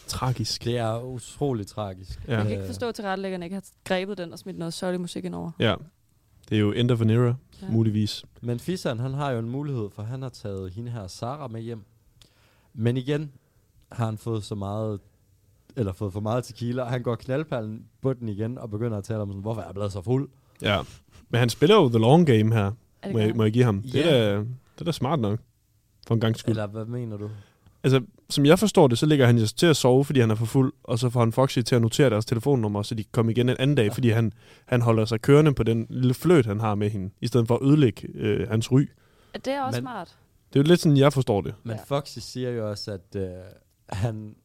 [SPEAKER 2] Tragisk.
[SPEAKER 4] Det er utrolig tragisk. Øh,
[SPEAKER 2] Ja.
[SPEAKER 3] Jeg kan ikke forstå, at tilrettelæggerne ikke har grebet den og smidt noget sørgelig musik ind over.
[SPEAKER 2] Ja. Det er jo Ender Vanera, ja.
[SPEAKER 3] Ja.
[SPEAKER 2] muligvis.
[SPEAKER 4] Men Fisseren, han har jo en mulighed, for han har taget hende her Sara med hjem. Men igen har han fået så meget eller fået for meget tequila, og han går knaldperlen på den igen, og begynder at tale om sådan, hvorfor er jeg blevet så fuld?
[SPEAKER 2] Ja. Men han spiller jo the long game her,
[SPEAKER 3] Er det
[SPEAKER 2] må jeg,
[SPEAKER 3] godt?
[SPEAKER 2] må jeg give ham. Det,
[SPEAKER 4] Ja.
[SPEAKER 2] er da, det er da smart nok, for en gang skyld.
[SPEAKER 4] Eller hvad mener du?
[SPEAKER 2] Altså, som jeg forstår det, så ligger han just til at sove, fordi han er for fuld, og så får han Foxy til at notere deres telefonnummer, så de kan komme igen en anden dag, fordi han, han holder sig kørende på den lille fløt, han har med hende, i stedet for at ødelægge øh, hans ry.
[SPEAKER 3] Er det også
[SPEAKER 4] Men-
[SPEAKER 3] smart?
[SPEAKER 2] Det er jo lidt sådan, jeg forstår det.
[SPEAKER 4] Men
[SPEAKER 3] Ja.
[SPEAKER 4] Foxy siger jo også, at øh, han,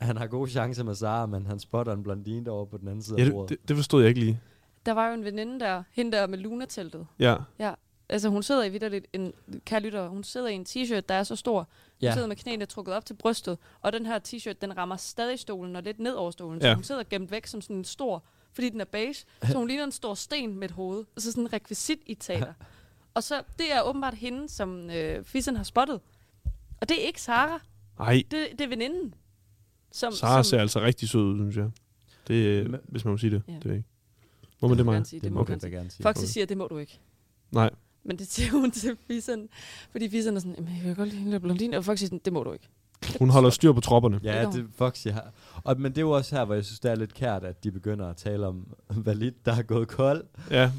[SPEAKER 4] han har gode chancer med Sara, men han spotter en blondine derovre på den anden side
[SPEAKER 2] Ja,
[SPEAKER 4] af
[SPEAKER 2] det,
[SPEAKER 4] bordet.
[SPEAKER 2] det, det forstod jeg ikke lige.
[SPEAKER 3] Der var jo en veninde der, hende der med Luna-teltet.
[SPEAKER 2] Ja,
[SPEAKER 3] Ja, altså hun sidder i vidderligt en, kære lytter, hun sidder i en t-shirt, der er så stor. Hun
[SPEAKER 4] Ja.
[SPEAKER 3] sidder med knæene trukket op til brystet, og den her t-shirt, den rammer stadig stolen og lidt ned over stolen.
[SPEAKER 2] Ja.
[SPEAKER 3] Så hun sidder gemt væk som sådan en stor, fordi den er beige, så hun ligner en stor sten med et hoved. Altså sådan en rekvisit i taler. Og så, det er åbenbart hende, som øh, Fissen har spottet. Og det er ikke Sara,
[SPEAKER 2] ej,
[SPEAKER 3] det, det er veninden. Som,
[SPEAKER 2] Sara
[SPEAKER 3] som,
[SPEAKER 2] ser altså rigtig sød ud, synes jeg. Det, øh, hvis man må sige det.
[SPEAKER 3] Ja.
[SPEAKER 2] Ja. det er ikke. Må man det,
[SPEAKER 3] må
[SPEAKER 2] Maja?
[SPEAKER 3] gerne sige, det må
[SPEAKER 2] okay.
[SPEAKER 3] gerne sige.
[SPEAKER 4] gerne sige.
[SPEAKER 3] Foxy siger, det må du ikke.
[SPEAKER 2] Nej,
[SPEAKER 3] Men det siger hun til Fissen, fordi Fissen er sådan, "Jamen, jeg kan godt lide hende der blondine, og Foxy er sådan, det må du ikke.
[SPEAKER 2] hun holder styr på tropperne. Ja.
[SPEAKER 4] Ja,
[SPEAKER 3] Det gør
[SPEAKER 4] det Foxy har. Og, men det er jo også her, hvor jeg synes, det er lidt kært, at de begynder at tale om Valit, der er gået kold.
[SPEAKER 2] ja.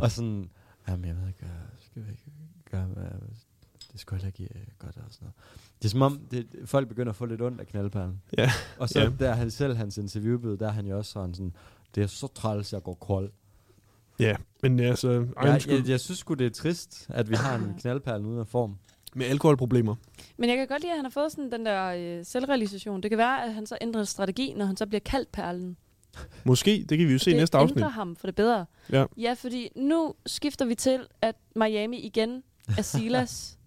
[SPEAKER 4] Og sådan, jamen jeg ved ikke, øh, skal vi ikke gøre, øh, det skulle heller ikke øh, godt og sådan noget. Det er som om, det, folk begynder at få lidt ondt af knaldperlen.
[SPEAKER 2] Ja,
[SPEAKER 4] Og så
[SPEAKER 2] ja.
[SPEAKER 4] der han selv, hans interviewbid, der er han jo også sådan, sådan det er så træls, jeg går kold.
[SPEAKER 2] ja. men altså, egen
[SPEAKER 4] Jeg,
[SPEAKER 2] skyld.
[SPEAKER 4] jeg, jeg, synes sgu, det er trist, at vi har
[SPEAKER 3] Ah.
[SPEAKER 4] en knaldperlen uden af form.
[SPEAKER 2] Med alkoholproblemer.
[SPEAKER 3] Men jeg kan godt lide, at han har fået sådan den der øh, selvrealisation. Det kan være, at han så ændrer strategi, når han så bliver kaldt perlen.
[SPEAKER 2] Måske, det kan vi jo se i
[SPEAKER 3] det
[SPEAKER 2] næste afsnit.
[SPEAKER 3] ændrer ham for det bedre.
[SPEAKER 2] Ja.
[SPEAKER 3] Ja, fordi nu skifter vi til, at Miami igen er Silas.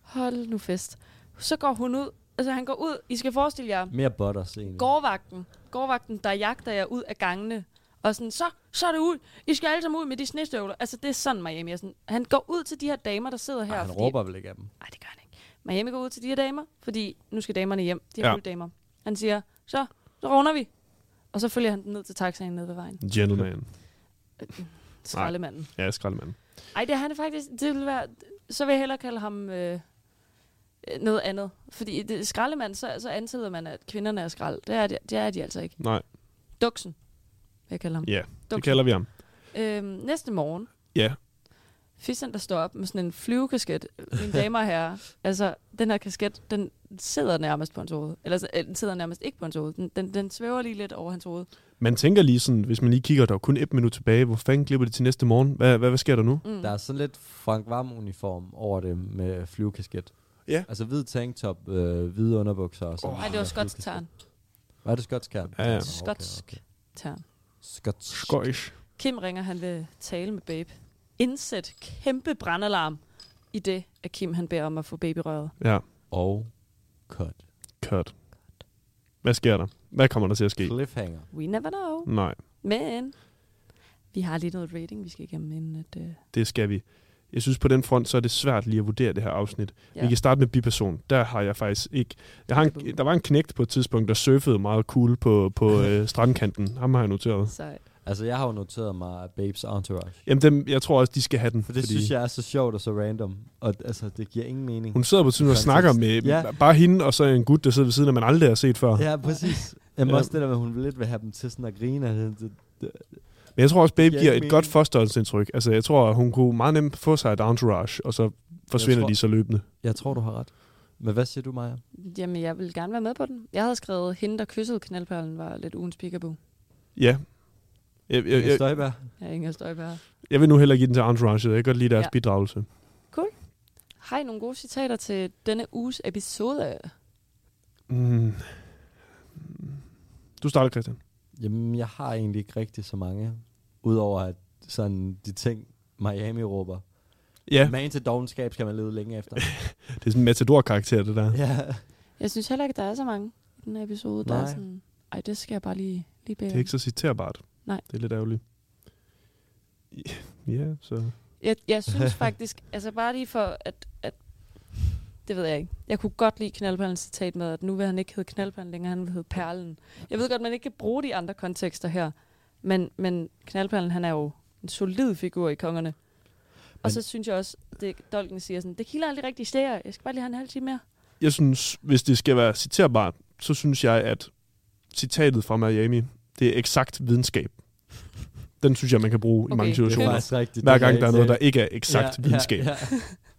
[SPEAKER 3] Hold nu fest. Så går hun ud. Altså, han går ud. I skal forestille jer,
[SPEAKER 4] Mere butters egentlig.
[SPEAKER 3] Mm. gårdvagten, gårdvagten, der jagter jer ud af gangene. Og sådan, så, så er det ud. I skal alle sammen ud med de snestøvler. Altså, det er sådan, Miami er sådan. Han går ud til de her damer, der sidder her.
[SPEAKER 4] Ej, han
[SPEAKER 3] fordi-
[SPEAKER 4] råber vel ikke af dem.
[SPEAKER 3] Nej, det gør han ikke. Miami går ud til de her damer, fordi nu skal damerne hjem. De her
[SPEAKER 2] Ja.
[SPEAKER 3] ja. damer. Han siger, så, så runder vi. Og så følger han den ned til taxaen nede ved vejen.
[SPEAKER 2] Gentleman.
[SPEAKER 3] Skraldemanden.
[SPEAKER 2] Ja, skraldemand.
[SPEAKER 3] Ej, det er han faktisk, det vil være, så vil jeg hellere kalde ham øh, øh, noget andet. Fordi det, skraldemand, så, så antyder man, at kvinderne er skrald. Det er, de, det er de altså ikke.
[SPEAKER 2] Nej,
[SPEAKER 3] Duksen, vil jeg kalde ham.
[SPEAKER 2] ja, det
[SPEAKER 3] Duksen.
[SPEAKER 2] kalder vi ham.
[SPEAKER 3] Øhm, næste morgen,
[SPEAKER 2] Ja,
[SPEAKER 3] Fissen, der står op med sådan en flyvekasket. Mine damer og herrer, altså den her kasket, den sidder nærmest på hans hoved. Eller så- øh, den sidder nærmest ikke på hans hoved. Den, den, den svæver lige lidt over hans hoved.
[SPEAKER 2] Man tænker lige sådan, hvis man lige kigger, der er kun et minut tilbage. Hvor fanden glipper det til næste morgen? Hvad, hvad, hvad sker der nu?
[SPEAKER 3] Mm.
[SPEAKER 4] Der er sådan lidt Frank Vam-uniform over det med flyvekasket.
[SPEAKER 2] Ja.
[SPEAKER 4] Altså hvid tanktop, øh, hvide underbukser og sådan.
[SPEAKER 3] Nej, det var skotsk tern.
[SPEAKER 4] Var det skotsk her?
[SPEAKER 2] Ja, ja.
[SPEAKER 3] Skotsk tern.
[SPEAKER 4] Skotsk.
[SPEAKER 2] Skøjs.
[SPEAKER 3] Kim ringer, han vil tale med Babe. Indsæt kæmpe brandalarm i det, at Kim han beder om at få babyrøret.
[SPEAKER 2] Ja,
[SPEAKER 4] Og cut.
[SPEAKER 2] cut. Hvad sker der? Hvad kommer der til at ske?
[SPEAKER 4] Cliffhanger.
[SPEAKER 3] We never know.
[SPEAKER 2] Nej,
[SPEAKER 3] Men vi har lige noget rating, vi skal igennem inden at... Øh,
[SPEAKER 2] det skal vi. Jeg synes, på den front, så er det svært lige at vurdere det her afsnit. Ja. Vi kan starte med biperson. Der har jeg faktisk ikke... Jeg har en, der var en knægt på et tidspunkt, der surfede meget cool på, på øh, strandkanten. Ham har jeg noteret.
[SPEAKER 3] Sejt.
[SPEAKER 4] Altså, jeg har jo noteret mig Babes Entourage.
[SPEAKER 2] Jamen, dem, jeg tror også, de skal have den.
[SPEAKER 4] For det Fordi... synes jeg er så sjovt og så random. Og altså, det giver ingen mening.
[SPEAKER 2] Hun sidder på tiden og
[SPEAKER 4] Kontekst.
[SPEAKER 2] snakker med
[SPEAKER 4] Ja.
[SPEAKER 2] ja. bare hende, og så en gut, der sidder ved siden af, man aldrig har set før.
[SPEAKER 4] Ja, præcis. Jamen
[SPEAKER 2] Ja.
[SPEAKER 4] også det der med, at hun lidt vil have dem til sådan at grine. og det- det-
[SPEAKER 2] Men jeg tror også, Babe
[SPEAKER 4] giver
[SPEAKER 2] giver
[SPEAKER 4] ikke
[SPEAKER 2] et godt
[SPEAKER 4] mening.
[SPEAKER 2] forstørrelsesindtryk. Altså, jeg tror, hun kunne meget nemt få sig et entourage, og så forsvinder
[SPEAKER 4] tror-
[SPEAKER 2] de så løbende.
[SPEAKER 4] Jeg tror, du har ret. Men hvad siger du, Maja?
[SPEAKER 3] Jamen, jeg vil gerne være med på den. Jeg havde skrevet, hende, der kyssede knaldperlen, var lidt ugens peekaboo.
[SPEAKER 2] Ja. Jeg, jeg,
[SPEAKER 4] Inger
[SPEAKER 2] jeg,
[SPEAKER 4] Støjberg?
[SPEAKER 3] Ja, Inger Støjberg.
[SPEAKER 2] jeg vil nu heller give den til entourage. Jeg kan godt lide deres
[SPEAKER 3] Ja.
[SPEAKER 2] ja. bidragelse.
[SPEAKER 3] Har I nogle gode citater til denne uges episode?
[SPEAKER 2] Mm. Du starter, Christian.
[SPEAKER 4] Jamen, jeg har egentlig ikke rigtig så mange. Udover at sådan de ting, Miami råber.
[SPEAKER 2] Ja,
[SPEAKER 4] Man til dogenskab skal man lede længe efter.
[SPEAKER 2] det er sådan en matador-karakter, det der.
[SPEAKER 4] ja.
[SPEAKER 3] Jeg synes heller ikke, der er så mange i den her episode. Der er
[SPEAKER 4] Nej.
[SPEAKER 3] sådan, ej, det skal jeg bare lige, lige bede
[SPEAKER 2] Det er ikke så citerbart.
[SPEAKER 3] Nej.
[SPEAKER 2] Det er lidt ærgerligt. Ja, så...
[SPEAKER 3] Jeg, jeg synes faktisk, altså bare lige for at, at... Det ved jeg ikke. Jeg kunne godt lide knaldperlens citat med, at nu vil han ikke hedde knaldperlen længere, han vil hedde perlen. Jeg ved godt, man ikke kan bruge de andre kontekster her, men, men knaldperlen, han er jo en solid figur i Kongerne. Og
[SPEAKER 4] Men-
[SPEAKER 3] så synes jeg også, det Dolken siger sådan, det kilder aldrig rigtig stære. Jeg skal bare lige have en halv time mere.
[SPEAKER 2] Jeg synes, hvis det skal være citerbart, så synes jeg, at citatet fra Miami, det er eksakt videnskab. Den synes jeg, man kan bruge okay, i
[SPEAKER 3] Okay,
[SPEAKER 2] mange
[SPEAKER 3] det
[SPEAKER 4] Det er
[SPEAKER 2] situationer.
[SPEAKER 4] faktisk rigtigt.
[SPEAKER 2] Hver
[SPEAKER 4] Det kan
[SPEAKER 2] gang
[SPEAKER 4] jeg
[SPEAKER 2] der er
[SPEAKER 4] ikke
[SPEAKER 2] noget, der
[SPEAKER 4] se.
[SPEAKER 2] ikke er eksakt ja, videnskab. Ja, ja.
[SPEAKER 4] Ja,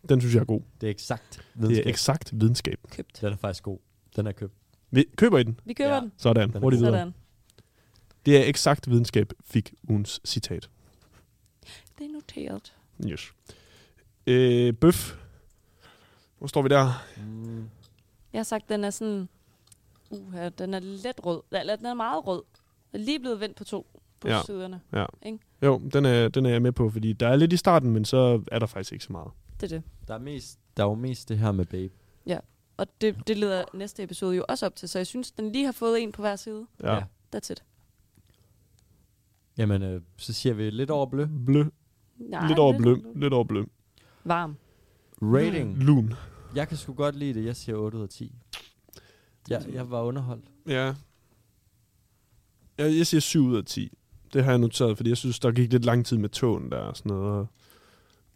[SPEAKER 4] ja.
[SPEAKER 2] Den synes jeg er god.
[SPEAKER 4] Det er eksakt
[SPEAKER 2] Det
[SPEAKER 4] videnskab.
[SPEAKER 2] er eksakt videnskab.
[SPEAKER 3] Købt.
[SPEAKER 4] den er faktisk god. Den er købt.
[SPEAKER 2] Vi- Køber I den?
[SPEAKER 3] Vi køber
[SPEAKER 4] Ja.
[SPEAKER 3] ja. den.
[SPEAKER 2] Sådan.
[SPEAKER 4] Den er
[SPEAKER 2] Hurtigt
[SPEAKER 4] god.
[SPEAKER 2] videre.
[SPEAKER 3] Sådan.
[SPEAKER 2] Det er eksakt videnskab, fik ugens citat.
[SPEAKER 3] Det er noteret.
[SPEAKER 2] Yes. Øh, bøf. Hvor står vi der?
[SPEAKER 4] Mm.
[SPEAKER 3] Jeg har sagt, den er sådan... Uha, den er let rød. Eller den er meget rød. Den er lige blevet vendt på to på
[SPEAKER 2] Ja.
[SPEAKER 3] ja. siderne.
[SPEAKER 2] Jo, den er, den er jeg med på, fordi der er lidt i starten, men så er der faktisk ikke så meget.
[SPEAKER 3] Det er det.
[SPEAKER 4] Der, er mest, der er jo mest det her med babe.
[SPEAKER 3] Og det, det leder næste episode jo også op til, så jeg synes, den lige har fået en på hver side.
[SPEAKER 2] Ja. ja.
[SPEAKER 4] Ja.
[SPEAKER 3] That's it.
[SPEAKER 4] Jamen, øh, så siger vi lidt over blø.
[SPEAKER 2] Blø.
[SPEAKER 3] Nej,
[SPEAKER 2] Lidt over blø. Lidt over blø.
[SPEAKER 3] Varm.
[SPEAKER 4] Rating.
[SPEAKER 2] Lun.
[SPEAKER 4] Jeg kan sgu godt lide det. Jeg siger 8 ud af 10. Jeg, jeg var underholdt.
[SPEAKER 2] Ja. Jeg, jeg siger 7 ud af 10. Det har jeg noteret, fordi jeg synes, der gik lidt lang tid med tågen der og sådan noget. og-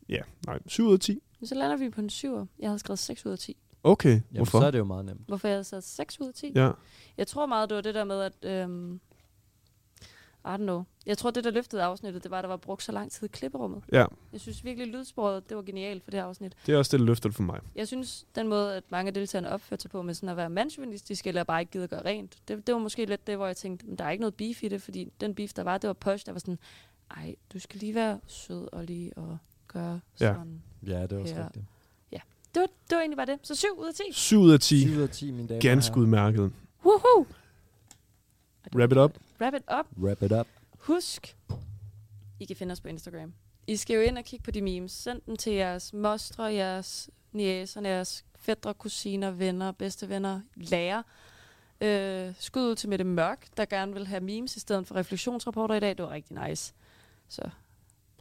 [SPEAKER 2] Ja, nej. 7 ud af 10.
[SPEAKER 3] Men Så lander vi på en 7'er. Jeg havde skrevet 6 ud af 10.
[SPEAKER 2] Okay,
[SPEAKER 4] Jamen,
[SPEAKER 2] hvorfor?
[SPEAKER 4] så er det jo meget nemt.
[SPEAKER 3] Hvorfor jeg havde sat 6 ud af 10?
[SPEAKER 2] Ja.
[SPEAKER 3] Jeg tror meget, det var det der med, at... Øhm, I don't know. Jeg tror, det, der løftede afsnittet, det var, at der var brugt så lang tid i klipperummet.
[SPEAKER 2] ja,
[SPEAKER 3] Jeg synes virkelig, lydsporet, det var genialt for det her afsnit.
[SPEAKER 2] det er også det, der løfter det for mig.
[SPEAKER 3] Jeg synes, den måde, at mange af deltagerne opførte sig på med sådan at være mandsjournalistiske, eller bare ikke gider gøre rent, det, det var måske lidt det, hvor jeg tænkte, "Men der er ikke noget beef i det, fordi den beef, der var, det var posh, der var sådan, ej, du skal lige være sød og lige og gøre
[SPEAKER 2] Ja.
[SPEAKER 3] sådan.
[SPEAKER 4] Ja, det er også
[SPEAKER 3] Ja.
[SPEAKER 4] ja. rigtigt.
[SPEAKER 3] Det var, det var egentlig bare det. Så 7 ud af 10.
[SPEAKER 2] 7 ud af 10.
[SPEAKER 4] 7 ud af 10, mine damer og
[SPEAKER 2] Ganske
[SPEAKER 4] herrer.
[SPEAKER 2] udmærket.
[SPEAKER 3] Woohoo!
[SPEAKER 2] Wrap it up.
[SPEAKER 3] Wrap it up.
[SPEAKER 4] Wrap it up.
[SPEAKER 3] Husk, I kan finde os på Instagram. I skal jo ind og kigge på de memes. Send dem til jeres mostre, jeres næser, jeres fædre, kusiner, venner, bedstevenner, lærer. Øh, skud ud til Mette Mørk, der gerne vil have memes i stedet for refleksionsrapporter i dag. Det var rigtig nice. Så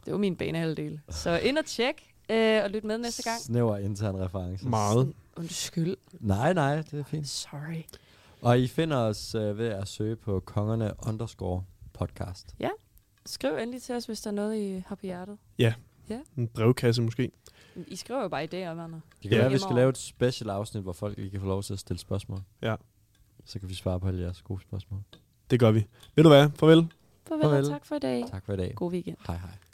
[SPEAKER 3] det var min banehalvdel. Så ind og tjek, øh, og lyt med næste gang.
[SPEAKER 4] Snæver intern reference.
[SPEAKER 2] Meget.
[SPEAKER 3] Undskyld.
[SPEAKER 4] Nej, nej, det er fint.
[SPEAKER 3] Sorry.
[SPEAKER 4] Og I finder os øh, ved at søge på kongerne underscore podcast.
[SPEAKER 3] Skriv endelig til os, hvis der er noget, I har på hjertet.
[SPEAKER 2] En brevkasse måske.
[SPEAKER 3] I skriver jo bare idéer, venner.
[SPEAKER 4] Det kan
[SPEAKER 2] Ja.
[SPEAKER 4] ja. være, at vi skal
[SPEAKER 3] Hjemmeår.
[SPEAKER 4] lave et special afsnit, hvor folk ikke kan få lov til at stille spørgsmål.
[SPEAKER 2] Ja.
[SPEAKER 4] Så kan vi svare på alle jeres gode spørgsmål.
[SPEAKER 2] Det gør vi. Ved du hvad? Farvel.
[SPEAKER 3] Farvel,
[SPEAKER 4] Farvel.
[SPEAKER 3] Farvel. tak for i dag.
[SPEAKER 4] Tak for i dag.
[SPEAKER 3] God weekend.
[SPEAKER 4] Hej hej.